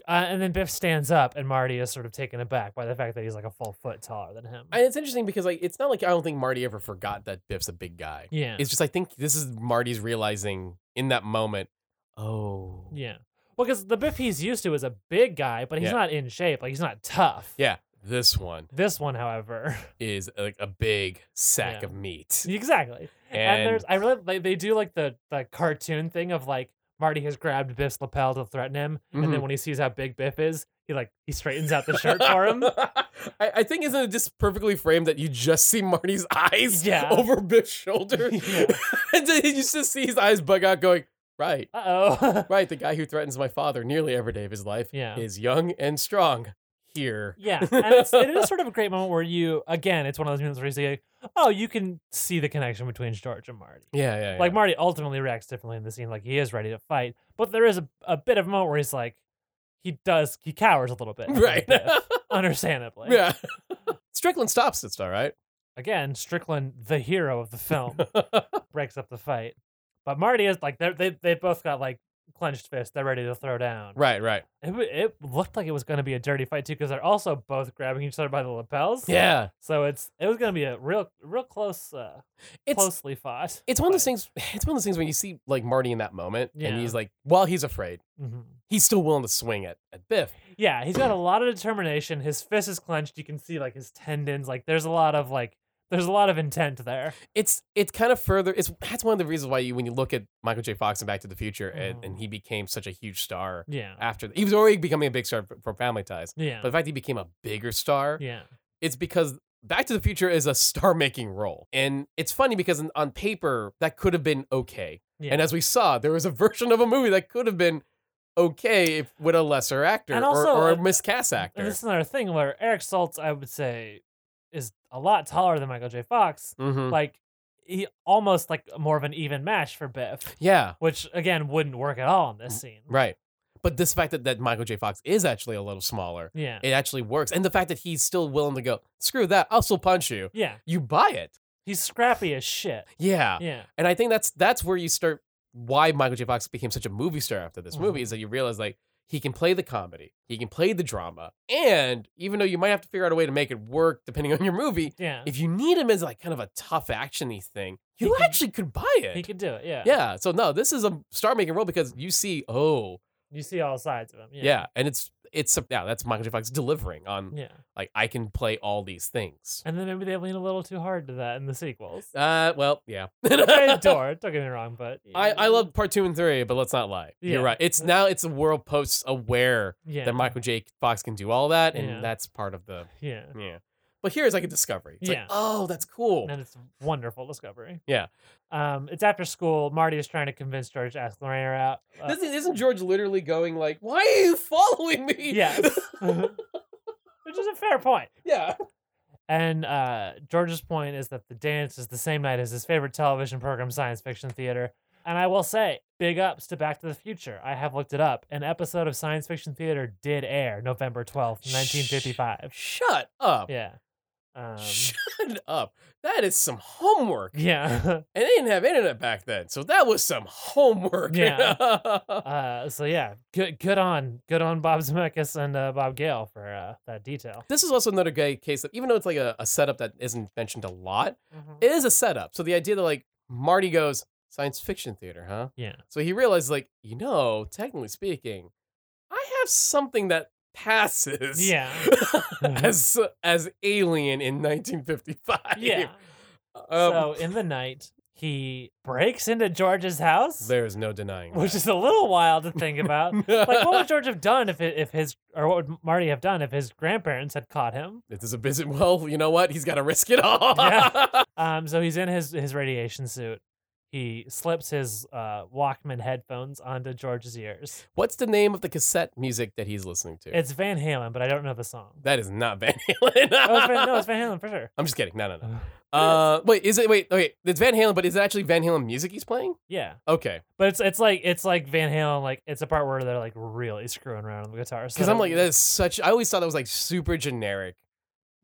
Uh, and then Biff stands up, and Marty is sort of taken aback by the fact that he's like a full foot taller than him.
And it's interesting because like it's not like I don't think Marty ever forgot that Biff's a big guy.
yeah,
It's just I think this is Marty's realizing in that moment, oh
Yeah. Well, because the Biff he's used to is a big guy, but he's
Yeah.
not in shape. Like he's not tough.
yeah, this one
This one, however,
is like a big sack
Yeah.
of meat.
exactly. And,
And,
there's, I really, they, they do like the the cartoon thing of like Marty has grabbed Biff's lapel to threaten him, and then
Mhm.
when he sees how big Biff is, he like he straightens out the shirt for him.
I, I think isn't it just perfectly framed that you just see Marty's eyes
Yeah.
over Biff's shoulder,
Yeah.
and then you just see his eyes bug out, going right,
Uh oh.
right. The guy who threatens my father nearly every day of his life
Yeah.
is young and strong. Here,
Yeah, and it's, it is sort of a great moment where you, again, it's one of those moments where you say, "Oh, you can see the connection between George and Marty."
yeah, yeah, yeah.
Like Marty ultimately reacts differently in the scene, like he is ready to fight, but there is a, a bit of a moment where he's like, he does, he cowers a little bit, from
right,
Biff, understandably.
yeah. Strickland stops. It's all right.
Again, Strickland, the hero of the film, breaks up the fight, but Marty is like they're- they they both got like clenched fists, they're ready to throw down.
Right, right.
It, wa- it looked like it was going to be a dirty fight too, because they're also both grabbing each other by the lapels.
Yeah,
So it's it was going to be a real real close uh,
it's
closely fought.
it's one of those
fight.
things. It's one of those things when you see like Marty in that moment,
Yeah.
and he's like, while he's afraid,
Mhm.
he's still willing to swing it at Biff.
Yeah, he's got a lot of determination. His fist is clenched. You can see like his tendons. Like there's a lot of like there's a lot of intent there.
it's it's kind of further it's that's one of the reasons why you when you look at michael j fox and back to the future and,
Mm.
and he became such a huge star
Yeah.
after he was already becoming a big star f- from family ties
Yeah.
but the fact he became a bigger star
yeah.
it's because back to the future is a star making role and it's funny because on- on paper that could have been okay
Yeah.
and as we saw there was a version of a movie that could have been okay if, with a lesser actor
And
or-
also,
or,
uh,
a miscast actor
And this is another thing where Eric Stoltz, I would say, is a lot taller than Michael J. Fox.
Mhm.
Like he almost like more of an even match for Biff,
yeah
which again wouldn't work at all in this scene.
Mm, right but this fact that, that michael j fox is actually a little smaller
Yeah.
it actually works. And the fact that he's still willing to go, screw that, I'll still punch you.
yeah.
You buy it.
He's scrappy as shit.
Yeah.
Yeah.
And I think that's that's where you start why Michael J. Fox became such a movie star after this
Mm-hmm.
movie is that you realize like he can play the comedy, he can play the drama, and even though you might have to figure out a way to make it work depending on your movie,
Yeah.
if you need him as like kind of a tough actiony thing,
He
you
can-
actually could buy it.
He could do it. Yeah.
yeah. So no, this is a star making role because you see, oh,
You see all sides of him.
Yeah. and it's it's yeah, that's Michael J. Fox delivering on
Yeah.
like I can play all these things.
And then maybe they lean a little too hard to that in the sequels.
Uh, well, yeah.
I adore it, don't get me wrong, but
I, I love part two and three, but let's not lie. You're
Yeah.
right. It's now it's a world post aware
yeah,
that Michael J. Fox can do all that, and
Yeah.
that's part of the
Yeah.
yeah. But here's like a discovery. It's like,
Yeah.
oh, that's cool.
And it's a wonderful discovery.
Yeah.
Um, it's after school. Marty is trying to convince George to ask Lorena out. Uh,
Doesn't- isn't George literally going like, why are you following me?
yes. Which is a fair point.
yeah.
And uh, George's point is that the dance is the same night as his favorite television program, Science Fiction Theater. And I will say, big ups to Back to the Future. I have looked it up. An episode of Science Fiction Theater did air November 12th,
Sh-
1955.
Shut up.
Yeah. Um,
Shut up. That is some homework.
yeah.
And they didn't have internet back then, so that was some homework.
Yeah. uh, so, yeah, good, good on good on Bob Zemeckis and uh, Bob Gale for uh, that detail.
this is also another gay case that even though it's like a, a setup that isn't mentioned a lot, it is a setup. So the idea that like Marty goes, science fiction theater, huh?
Yeah.
So he realized like, you know, technically speaking, I have something that passes
Yeah. Mm-hmm.
as as alien in 1955.
Yeah.
Um,
so, in the night, he breaks into George's house,
there's no denying.
which
that.
is a little wild to think about. like what would George have done if it, if his or what would Marty have done if his grandparents had caught him?
It is a business. Well, you know what? He's got to risk it all.
Yeah. Um, so he's in his his radiation suit. He slips his uh, Walkman headphones onto George's ears.
What's the name of the cassette music that he's listening to?
It's Van Halen, but I don't know the song.
that is not Van Halen.
Oh, it's Van, no, it's Van Halen for sure.
I'm just kidding. No, no, no.
It
Uh, wait, is it? Wait, okay. It's Van Halen, but is it actually Van Halen music he's playing?
Yeah,
Okay,
but it's it's like it's like Van Halen. Like it's a part where they're like really screwing around on the guitar.
because I'm like that is such. I always thought that was like super generic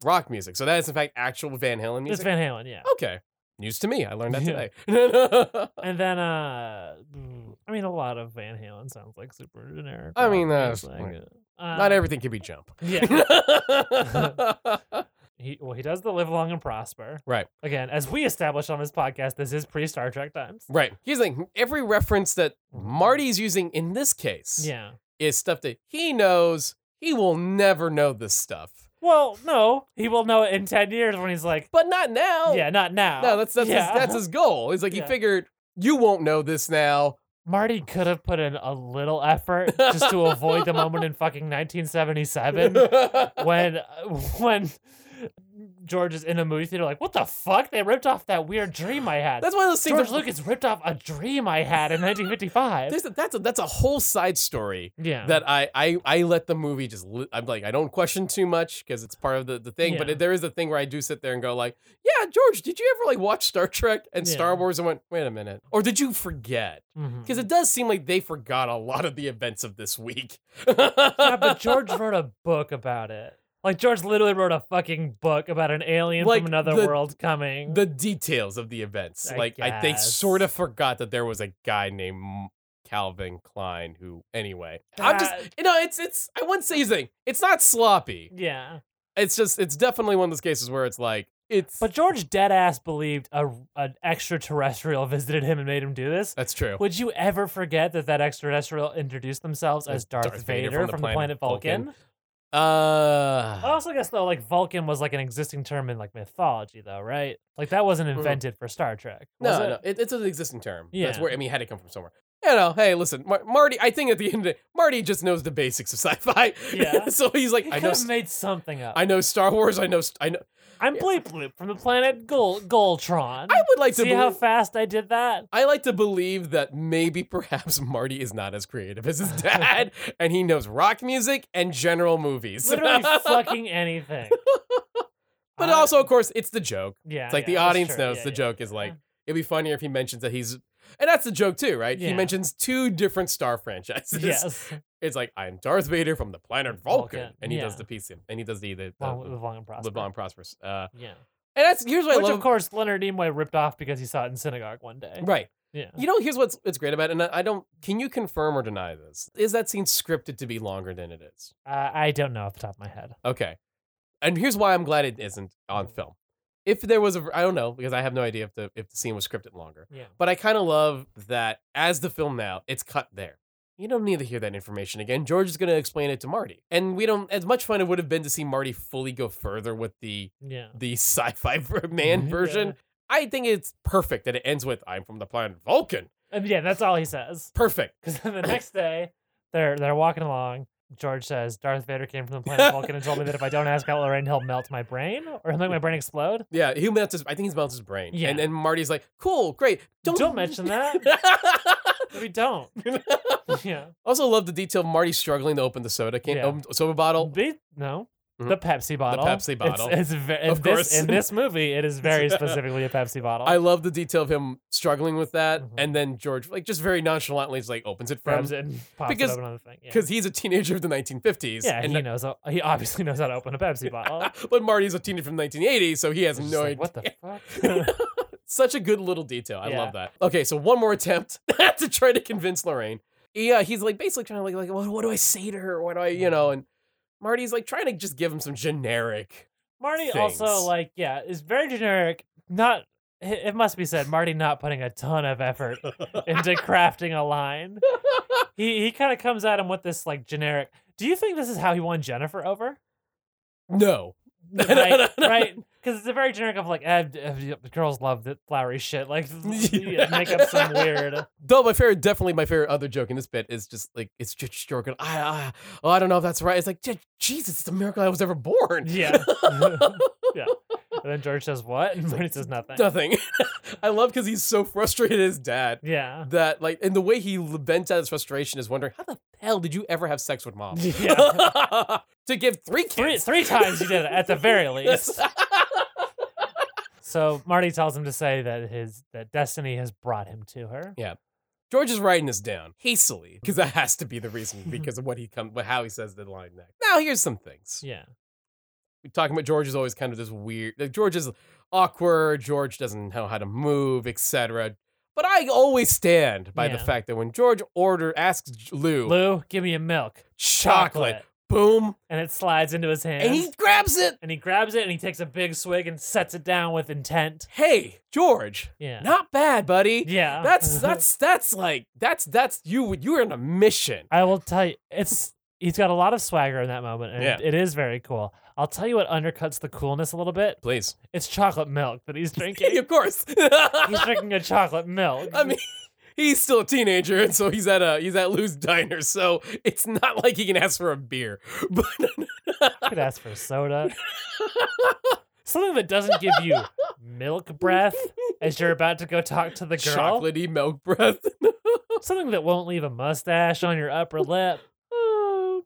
rock music. So that is in fact actual Van Halen
it's
music.
Van Halen, yeah.
okay, news to me. I learned that
Yeah.
today.
And then, uh, mm, I mean, a lot of Van Halen sounds like super generic.
I
rock
mean, that's-
music.
Not
Uh,
everything can be jump.
Yeah. He well, he does the live long and prosper.
Right.
Again, as we established on this podcast, this is pre Star Trek times.
right. Here's the thing. Every reference that Marty's using in this case
Yeah.
is stuff that he knows. He will never know this stuff,
Well, no, he will know it in ten years when he's like,
but not now.
yeah, not now.
No, that's that's
yeah.
his, that's his goal. He's like
Yeah.
he figured you won't know this now.
Marty could have put in a little effort just to avoid the moment in fucking 1977 when when George is in a movie theater like, what the fuck? They ripped off that weird dream I had.
that's one of those things.
George
that-
Lucas ripped off a dream I had in 1955.
there's a- that's a, that's a whole side story
yeah.
that I I I let the movie just. Li- I'm like I don't question too much because it's part of the the thing. But
Yeah.
it, there is a thing where I do sit there and go like, yeah, George, did you ever like watch Star Trek and Star
Yeah.
Wars and went wait a minute, or did you forget?
Mhm.
Because it does seem like they forgot a lot of the events of this week.
yeah, but George wrote a book about it. Like George literally wrote a fucking book about an alien
Like,
from another
the-
world coming.
the details of the events.
I
like I, they
guess.
sort of forgot that there was a guy named M- Calvin Klein who, anyway, I'm just
That-
you know, it's it's I wouldn't say anything. It's not sloppy.
yeah,
It's just it's definitely one of those cases where it's like it's
but George deadass believed a an extraterrestrial visited him and made him do this.
that's true.
Would you ever forget that that extraterrestrial introduced themselves as Darth, Vader, from, the planet, Vulcan? I
Uh,
also guess though, like Vulcan was like an existing term in like mythology, though, right? Like that wasn't
Mhm.
invented for Star Trek.
no,
was it?
no, it, it's an existing term. that's
Yeah.
where I mean, had it come from somewhere. You know, hey, listen, Mar- Marty. I think at the end of the day, Marty just knows the basics of sci-fi.
Yeah.
so he's like,
He
I
could
know,
have made something up.
I know Star Wars. I know, st- I know.
I'm Bleep Bloop from the planet Gol- Goltron.
I would like to
Hmm. See
believe-
how fast I did that?
I like to believe that maybe perhaps Marty is not as creative as his dad, and he knows rock music and general movies.
Literally fucking anything.
but
I-
also, of course, it's the joke.
yeah,
It's like
yeah,
the
that's
audience
true.
knows
Yeah,
the
yeah,
joke
yeah,
is like
yeah.
it'd be funnier if he mentions that he's and that's the joke too, right? He
Yeah.
mentions two different star franchises.
yes,
It's like I'm Darth Vader from the planet Vulcan,
Vulcan,
and he does
yeah.
the piece and he does the the, the
long, live long and prosper.
live long and prosperous. Uh,
Yeah,
and that's here's what
which
I
of
love.
course Leonard Nimoy ripped off because he saw it in synagogue one day.
Right.
Yeah,
You know, here's what's it's great about it, and I I don't. Can you confirm or deny this? Is that scene scripted to be longer than it is?
uh, I don't know off the top of my head.
Okay, and here's why I'm glad it isn't on film. If there was a, I don't know, because I have no idea if the if the scene was scripted longer.
Yeah,
But I kind of love that as the film now, it's cut there. You don't need to hear that information again. George is going to explain it to Marty. And we don't, as much fun it would have been to see Marty fully go further with the
Yeah.
the sci fi man
Mhm.
version.
Yeah.
I think it's perfect that it ends with I'm from the planet Vulcan.
And yeah, that's all he says.
Perfect.
Because then the next day, they're they're walking along. George says, "Darth Vader came from the planet Vulcan and told me that if I don't ask out Lorraine, he'll melt my brain or he'll make my brain explode."
Yeah, he melts his, I think he melts his brain.
Yeah.
And then Marty's like, cool, great. Don't,
Don't mention that. We don't. yeah.
also, love the detail of Marty struggling to open the soda can,
Yeah.
open soda bottle.
Be- no.
Mhm.
The Pepsi bottle.
Pepsi bottle.
It's, it's ve- in
Of
this,
course.
In this movie, it is very specifically a Pepsi bottle.
I love the detail of him struggling with that,
Mhm.
and then George, like, just very nonchalantly, just like opens it for
grabs
him
it and pops
because-
it open on the thing. Yeah,
because he's a teenager of the 1950s.
yeah
and
he knows. how- He obviously knows how to open a Pepsi bottle.
but Marty's a teenager from 1980, so he has
It's just
no
like,
idea.
what the fuck?
Such a good little detail. I
Yeah.
love that. Okay, so one more attempt to try to convince Lorraine. Yeah, he's like basically trying to like, like what, what do I say to her? What do I,
Mm.
you know? And Marty's like trying to just give him some generic.
Marty
things.
also like yeah is very generic. Not it it must be said. Marty not putting a ton of effort into crafting a line. He he kind of comes at him with this like generic. Do you think this is how he won Jennifer over?
No.
Right, right. Because it's a very generic of like, eh, d- eh, yep, the girls love that flowery shit. Like, yeah, make up some weird.
Though my favorite, definitely my favorite other joke in this bit is just like it's just joking. I, I, oh, I don't know if that's right. It's like "Je- Jesus, it's a miracle I was ever born.
Yeah. yeah. And then George says what? And Marty says nothing.
Nothing. I love because he's so frustrated at his dad
Yeah.
that like, and the way he vents out his frustration is wondering how the hell did you ever have sex with mom?
Yeah.
to give three
Three,
kids.
three times you did it at the very least. So Marty tells him to say that his that destiny has brought him to her.
George is writing this down hastily because that has to be the reason because of what he come, how he says the line next. Now here's some things.
Yeah.
We're talking about George is always kind of this weird. like, George is awkward. George doesn't know how to move, etc. But I always stand by the
Yeah.
fact that when George order asks J- Lou,
Lou, give me a milk.
chocolate, boom,
And it slides into his hand.
and he grabs it.
and he grabs it and he takes a big swig and sets it down with intent.
Hey, George,
Yeah.
not bad, buddy.
yeah.
That's that's that's like that's that's you. You're in a mission.
I will tell you, it's he's got a lot of swagger in that moment, and
Yeah.
it is very cool. I'll tell you what undercuts the coolness a little bit.
Please,
It's chocolate milk that he's drinking.
of course.
he's drinking a chocolate milk.
I mean, he's still a teenager, and so he's at a he's at Lou's diner. So it's not like he can ask for a beer. But
could ask for soda. Something that doesn't give you milk breath as you're about to go talk to the girl.
chocolatey milk breath.
Something that won't leave a mustache on your upper lip.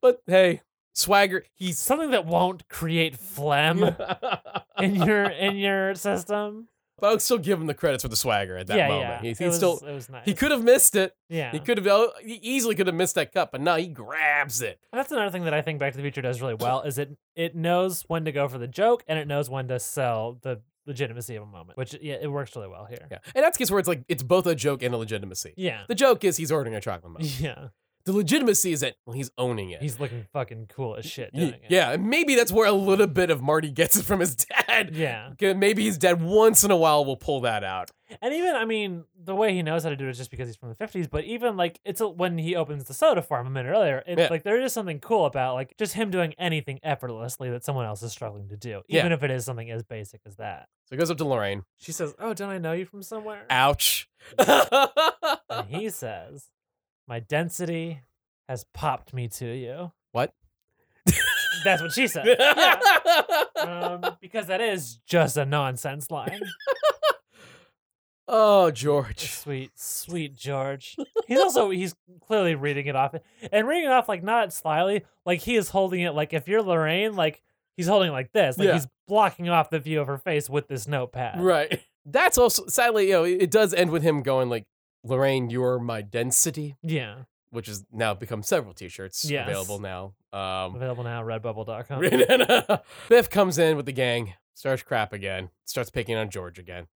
but hey, swagger. He's
Something that won't create phlegm
but
in your in your system.
I'll still give him the credits for the swagger at that
yeah,
moment.
yeah.
He's,
it
he's
was,
still
it was nice.
he could have missed it.
yeah.
He could have he easily could have missed that cup, but no, he grabs it.
That's another thing that I think Back to the Future does really well is it it knows when to go for the joke and it knows when to sell the legitimacy of a moment, which yeah, it works really well here.
Yeah, and that's case where it's like it's both a joke and a legitimacy.
Yeah.
The joke is he's ordering a chocolate milk.
Yeah.
The legitimacy is that well, he's owning it.
He's looking fucking cool as shit
Y-
doing it.
Yeah, and maybe that's where a little bit of Marty gets it from his dad.
Yeah.
Okay, Maybe his dad once in a while will pull that out.
And even, I mean, the way he knows how to do it is just because he's from the 50s, but even like it's a, when he opens the soda for him a minute earlier, it's
Yeah.
like there is something cool about like just him doing anything effortlessly that someone else is struggling to do,
Yeah.
even if it is something as basic as that.
So he goes up to Lorraine.
She says, Oh, don't I know you from somewhere?
Ouch.
And he says, My density has popped me to you.
What?
That's what she said. Yeah. Um, because that is just a nonsense line.
oh, George.
Sweet, sweet George. He's also he's clearly reading it off and reading it off like not slyly, like he is holding it like if you're Lorraine, like he's holding it like this, like
Yeah.
he's blocking off the view of her face with this notepad.
Right. That's also, sadly, you know, it it does end with him going like, Lorraine, you're my density,
Yeah.
which has now become several t-shirts
Yes.
available now. Um,
Available now, redbubble.com.
Biff comes in with the gang, starts crap again, starts picking on George again.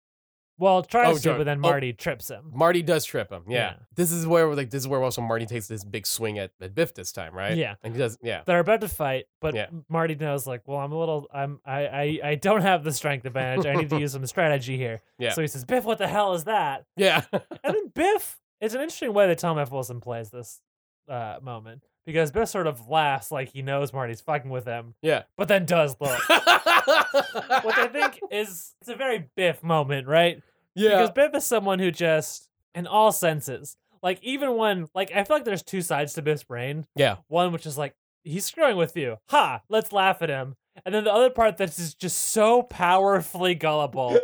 Well,
Oh,
tries to,
George-
but then
oh.
Marty trips him.
Marty does trip him. Yeah.
Yeah.
This is where like this is where also Marty takes this big swing at, at Biff this time, right?
Yeah.
And he does yeah.
They're about to fight, but
Yeah.
Marty knows like, well, I'm a little I'm I I, I don't have the strength advantage. I need to use some strategy here.
Yeah.
So he says, Biff, what the hell is that?
Yeah.
And then Biff, it's an interesting way that Tom F. Wilson plays this uh, moment because Biff sort of laughs like he knows Marty's fucking with him,
Yeah.
but then does look, which I think is it's a very Biff moment, right?
yeah.
Because Biff is someone who just, in all senses, like even when, like I feel like there's two sides to Biff's brain.
Yeah.
One which is like he's screwing with you, ha, let's laugh at him, and then the other part that is just so powerfully gullible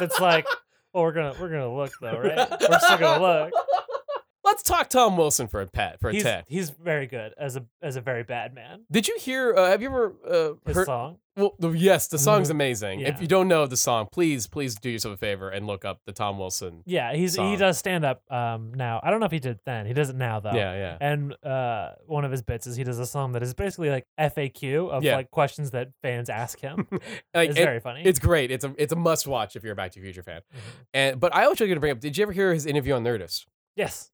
that's like, oh, we're gonna we're gonna look though, right? We're still gonna look.
Let's talk Tom Wilson for a pat for a
he's,
tech.
he's very good as a as a very bad man.
Did you hear? Uh, have you ever uh,
His
heard?
song.
Well, the, yes, the song's
Mhm.
amazing. If
Yeah.
you don't know the song, please, please do yourself a favor and look up the Tom Wilson.
Yeah, he's he
song.
does stand up um now. I don't know if he did then. He does it now though.
Yeah, yeah.
And uh, one of his bits is he does a song that is basically like FAQ of
Yeah.
like questions that fans ask him.
Like,
it's
it-
very funny.
it's great. It's a it's a must watch if you're a Back to the Future fan.
Mhm.
And but I also going to bring up. Did you ever hear his interview on Nerdist?
yes,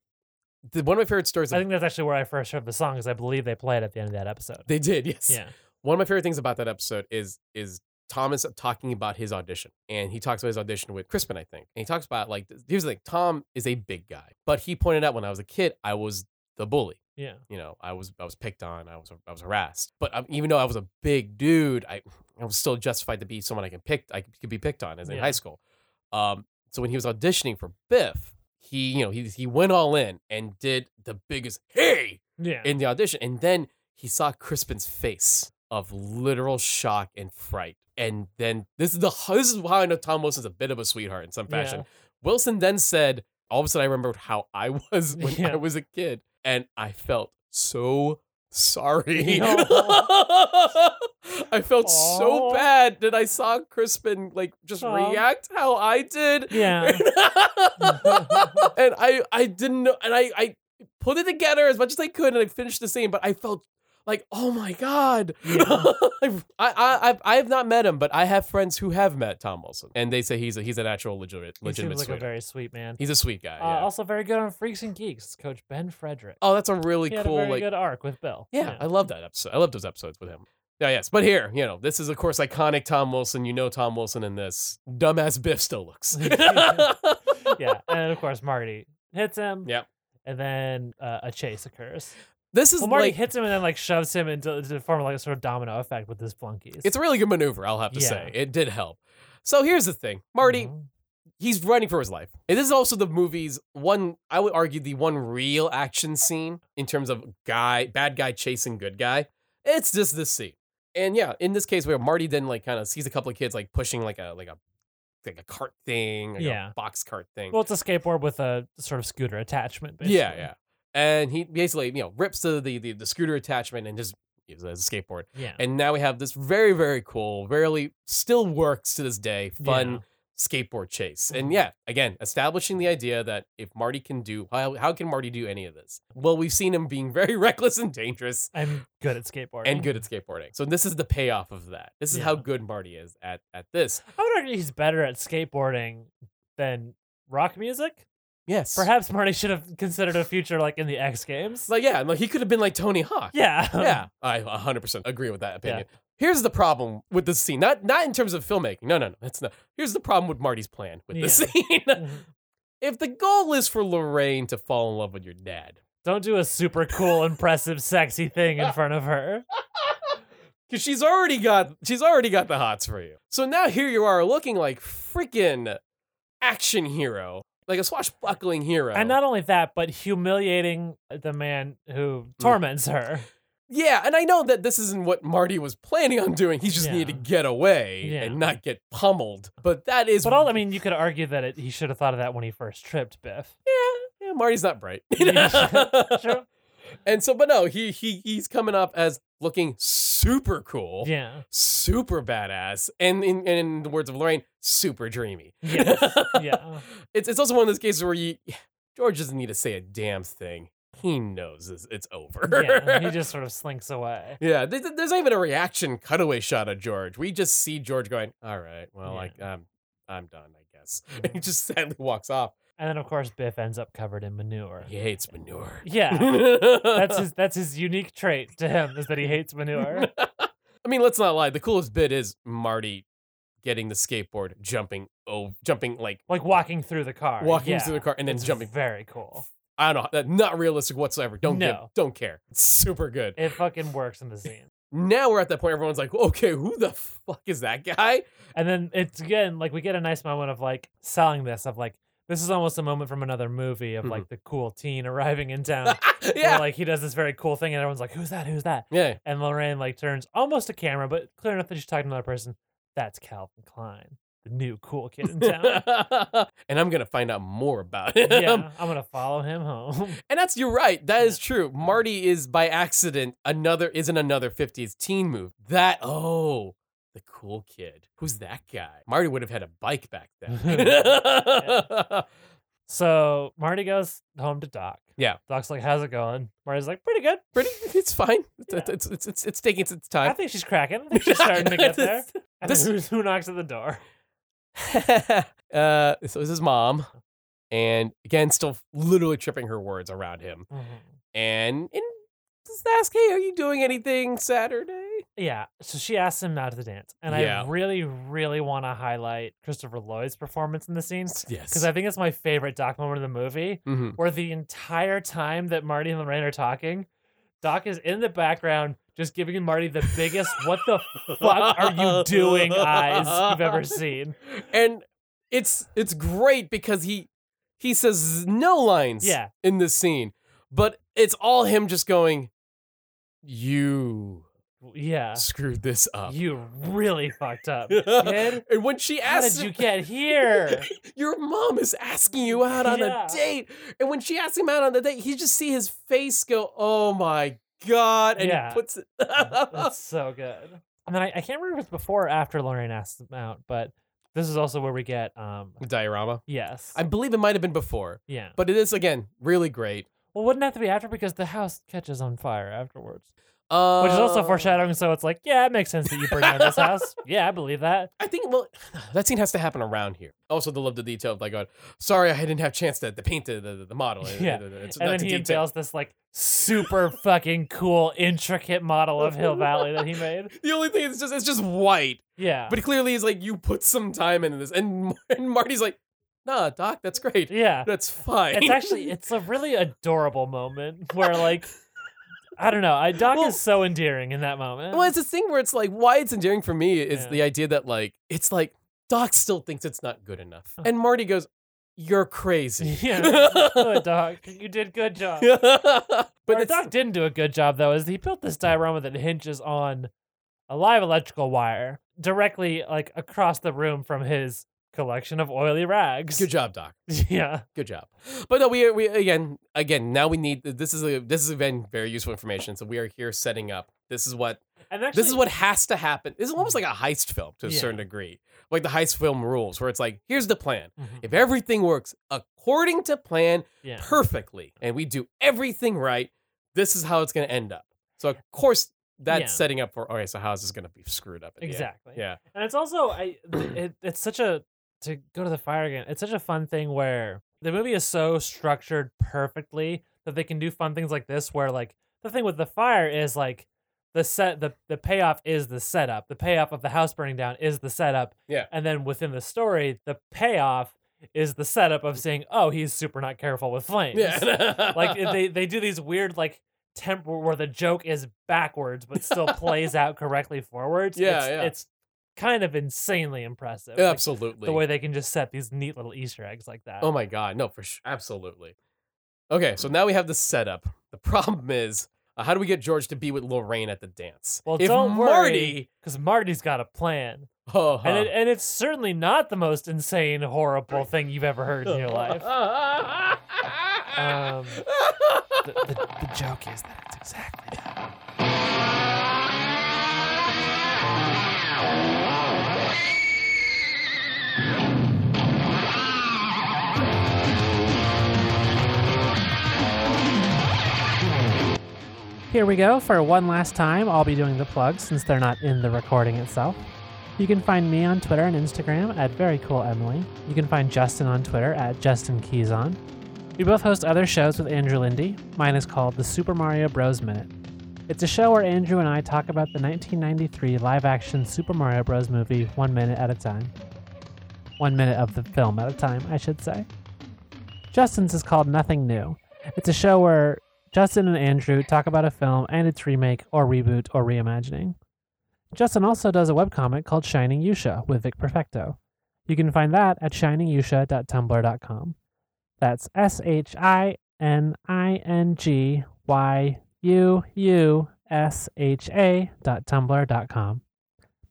The, one of my favorite stories.
I
of-
think that's actually where I first heard the song because I believe they play it at the end of that episode.
they did. Yes.
Yeah,
One of my favorite things about that episode is is Thomas talking about his audition, and he talks about his audition with Crispin, I think. And he talks about like th- here's the thing: Tom is a big guy, but he pointed out when I was a kid, I was the bully.
yeah,
you know, I was I was picked on, I was I was harassed. But I, even though I was a big dude, I I was still justified to be someone I can pick I could be picked on as in
Yeah.
high school. Um, so when he was auditioning for Biff, he you know he he went all in and did the biggest hey
yeah.
in the audition, and then he saw Crispin's face of literal shock and fright. And then this is the this is how I know Tom Wilson's a bit of a sweetheart in some fashion.
Yeah.
Wilson then said, all of a sudden I remembered how I was when
Yeah.
I was a kid, and I felt so sorry.
No.
I felt so
Aw.
bad that I saw Crispin like just
Aw.
react how I did.
yeah.
and I I didn't know and I I put it together as much as I could and I finished the scene, but I felt like, oh my god, I've- I, I I've- I have not met him, but I have friends who have met Tom Wilson, and they say he's a, he's an actual legitimate
He
legitimate
seems like a
sweetheart.
very sweet man.
He's a sweet guy.
uh,
yeah.
Also very good on Freaks and Geeks. Coach Ben Frederick.
oh, that's a really
he had
cool
a very
like
good arc with Bill.
yeah, I love that episode. I love those episodes with him. Yeah, yes, but here, you know, this is of course iconic Tom Wilson. You know Tom Wilson in this. Dumbass Biff still looks.
yeah, and of course Marty hits him.
Yep.
And then uh, a chase occurs.
This is
Well, Marty
like
hits him and then like shoves him into, into form of like a sort of domino effect with his flunkies.
It's a really good maneuver, I'll have to
Yeah.
say. It did help. So here's the thing Marty,
Mhm.
he's running for his life. And this is also the movie's one, I would argue, the one real action scene in terms of guy, bad guy chasing good guy. It's just this scene. And yeah, in this case where Marty then like kind of sees a couple of kids like pushing like a like a like a cart thing, like
Yeah.
a box cart thing.
Well, it's a skateboard with a sort of scooter attachment. Basically.
yeah, yeah. And he basically, you know, rips the the, the, the scooter attachment and just uses it as a skateboard.
yeah.
And now we have this very, very cool, rarely still works to this day, fun
Yeah.
skateboard chase. And
Mhm.
yeah, again, establishing the idea that if Marty can do, how, how can Marty do any of this? Well, we've seen him being very reckless and dangerous
I'm good at skateboarding.
and good at skateboarding. So this is the payoff of that. This is how
Yeah.
good Marty is at, at this.
I would argue he's better at skateboarding than rock music.
Yes.
Perhaps Marty should have considered a future like in the X Games.
Like, yeah, like he could have been like Tony Hawk.
yeah.
yeah, I 100% agree with that
Yeah.
opinion. Here's the problem with this scene. Not not in terms of filmmaking. No, no, no. That's not. Here's the problem with Marty's plan with this scene.
Mhm.
if the goal is for Lorraine to fall in love with your dad,
Don't do a super cool, impressive, sexy thing in front of her.
because she's already got she's already got the hots for you. So now here you are looking like freaking action hero, like a swashbuckling hero.
And not only that, but humiliating uh, the man who
Mm.
torments her.
yeah, and I know that this isn't what Marty was planning on doing. He just needed to
Yeah.
get away
Yeah.
and not get pummeled. But that is
But all I mean, you could argue that it, he should have thought of that when he first tripped Biff.
yeah, yeah, Marty's not bright.
True.
And so, but no, he he he's coming up as looking super cool.
Yeah.
super badass, and in, and in the words of Lorraine, super dreamy.
Yes. Yeah.
It's it's also one of those cases where you George doesn't need to say a damn thing. He knows it's, it's over.
yeah. He just sort of slinks away.
Yeah, there- there's not even a reaction cutaway shot of George. We just see George going, "All right, well, like um, I'm done, I guess." And he just sadly walks off.
And then of course Biff ends up covered in manure.
He hates manure.
Yeah. That's his that's his unique trait to him is that he hates manure.
I mean, let's not lie. The coolest bit is Marty getting the skateboard, jumping, oh, jumping like
Like walking through the car.
walking
yeah.
through the car, and then
It's
jumping
Very cool.
I don't know, uh, not realistic whatsoever. Don't give-
No.
don't care. It's super good.
It fucking works in the scene.
Now we're at that point. Everyone's like, okay, who the fuck is that guy?
And then it's again like we get a nice moment of like selling this of like this is almost a moment from another movie of like the cool teen arriving in town. Where,
Mm-hmm. yeah,
like he does this very cool thing and everyone's like, Who's that? Who's that?
yeah.
And Lorraine like turns almost to camera, but clear enough that she's talking to another person. That's Calvin Klein, the new cool kid in town.
and I'm gonna find out more about him.
yeah, I'm gonna follow him home.
And that's you're right. That is true. Marty is by accident another isn't another 50s teen move. That oh, the cool kid. Who's that guy? Marty would have had a bike back then.
So Marty goes home to Doc.
Yeah.
Doc's like, How's it going? Marty's like, Pretty good.
Pretty it's fine. It's,
Yeah.
it's, it's, it's, it's taking its
I
time.
think she's cracking. I think she's starting to get there. And
This-
then who, who knocks at the door?
uh, so is his mom. And again, still literally tripping her words around him.
Mm-hmm.
And, and just ask, hey, are you doing anything Saturday?
Yeah. So she asks him out to the dance. And
Yeah.
I really, really want to highlight Christopher Lloyd's performance in the scene
Yes.
because I think it's my favorite Doc moment of the movie
hmm
where the entire time that Marty and Lorraine are talking, Doc is in the background just giving Marty the biggest, what the fuck are you doing eyes you've ever seen.
and it's it's great because he he says no lines
Yeah.
in this scene but it's all him just going you
Yeah.
screwed this up
Uh. You really fucked up. kid.
and when she
How
asks
did you
him,
get here?
your mom is asking you out on
Yeah.
a date and when she asks him out on the date he just see his face go oh my god and
Yeah.
he puts it
That's so good. And then I, I can't remember if it's before or after Lorraine asked him out, but this is also where we get um
diorama
yes.
i believe it might have been before
yeah.
but it is again really great
Well wouldn't it have to be after because the house catches on fire afterwards.
uh,
Which is also foreshadowing, so it's like, yeah, it makes sense that you burn down this house. Yeah, I believe that.
I think well, that scene has to happen around here. Also, the love the detail of like, uh, sorry, I didn't have chance to, to paint the, the, the model.
Yeah.
It's
and
not
then
to
he
detail.
unveils this like super fucking cool, intricate model of Hill Valley that he made.
The only thing is just it's just white,
Yeah.
but clearly it's like you put some time into this, and and Marty's like, nah, Doc, that's great,
yeah.
that's fine.
It's actually it's a really adorable moment where like I don't know, I Doc
Well-
is so endearing in that moment.
well, it's this thing where it's like why it's endearing for me is
Yeah.
the idea that like it's like Doc still thinks it's not good enough,
Oh.
and Marty goes, you're crazy.
Yeah, good doc. You did good job.
but
Where
it's-
doc didn't do a good job though. Is he built this diorama that hinges on a live electrical wire directly like across the room from his collection of oily rags.
good job, Doc.
Yeah,
good job. But no, we are we again again now we need this is a this has been very useful information. So we are here setting up. This is what
and actually,
this is what has to happen. This is almost like a heist film to a
Yeah.
certain degree, like the heist film rules, where it's like here's the plan.
Mhm.
If everything works according to plan
Yeah.
perfectly, and we do everything right, this is how it's going to end up. So of course that's
Yeah.
setting up for okay. So how is this going to be screwed up? in the end?
Exactly.
Yeah.
And it's also I it, it's such a to go to the fire again. It's such a fun thing where the movie is so structured perfectly that they can do fun things like this where like the thing with the fire is like the set the the payoff is the setup. The payoff of the house burning down is the setup.
Yeah.
And then within the story, the payoff is the setup of saying, "Oh, he's super not careful with flames."
Yeah.
like eh, they they do these weird like temp where the joke is backwards but still plays out correctly forwards.
Yeah,
it's,
yeah.
it's kind of insanely impressive. like,
absolutely
the way they can just set these neat little Easter eggs like that.
Oh my god, no, for sure, absolutely. Okay, so now we
Mm-hmm.
have the setup. The problem is, uh, how do we get George to be with Lorraine at the dance?
Well,
if
don't
Marty,
Because Marty's got a plan,
oh,
and it, and it's certainly not the most insane, horrible thing you've ever heard in your life. Um, The, the, the joke is that it's exactly that.
Here we go for one last time. I'll be doing the plugs since they're not in the recording itself. You can find me on Twitter and Instagram at VeryCoolEmily. You can find Justin on Twitter at JustinKeyson. We both host other shows with Andrew Lindy. Mine is called The Super Mario Bros. Minute. It's a show where Andrew and I talk about the 1993 live action Super Mario Bros. movie one minute at a time. One minute of the film at a time, I should say. Justin's is called Nothing New.
It's a show where Justin and Andrew talk about a film and its remake or reboot or reimagining. Justin also does a webcomic called Shining Yusha with Vic Perfecto. You can find that at shiningyusha.tumblr.com. That's S H I N I N G Y U U S H A dot tumblr dot com.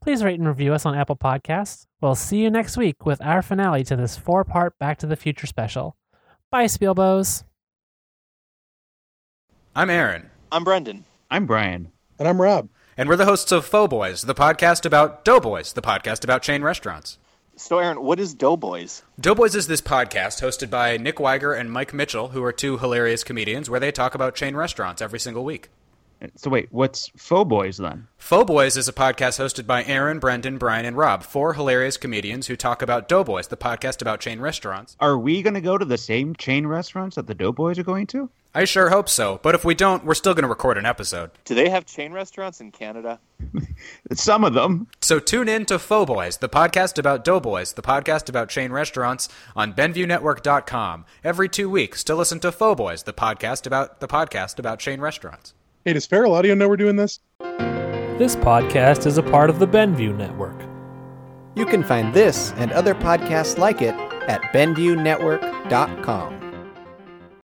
Please rate and review us on Apple Podcasts. We'll see you next week with our finale to this four part Back to the Future special. Bye, Spielbos.
I'm Aaron,
I'm Brendan.
I'm Brian.
And I'm Rob.
and we're the hosts of Faux Boys, the podcast about Doughboys, the podcast about chain restaurants.
So, Aaron, what is Doughboys?
Doughboys is this podcast hosted by Nick Weiger and Mike Mitchell, who are two hilarious comedians, where they talk about chain restaurants every single week.
So wait, what's Faux Boys then?
Faux Boys is a podcast hosted by Aaron, Brendan, Brian, and Rob, four hilarious comedians who talk about Doughboys, the podcast about chain restaurants.
Are we going to go to the same chain restaurants that the Doughboys are going to?
I sure hope so, but if we don't, we're still going to record an episode.
Do they have chain restaurants in Canada?
Some of them.
So tune in to Faux Boys, the podcast about Doughboys, the podcast about chain restaurants on BenviewNetwork.com. Every two weeks to listen to Faux Boys, the podcast about the podcast about chain restaurants.
Hey, does Feral Audio know we're doing this?
This podcast is a part of the Benview Network.
You can find this and other podcasts like it at BenviewNetwork.com.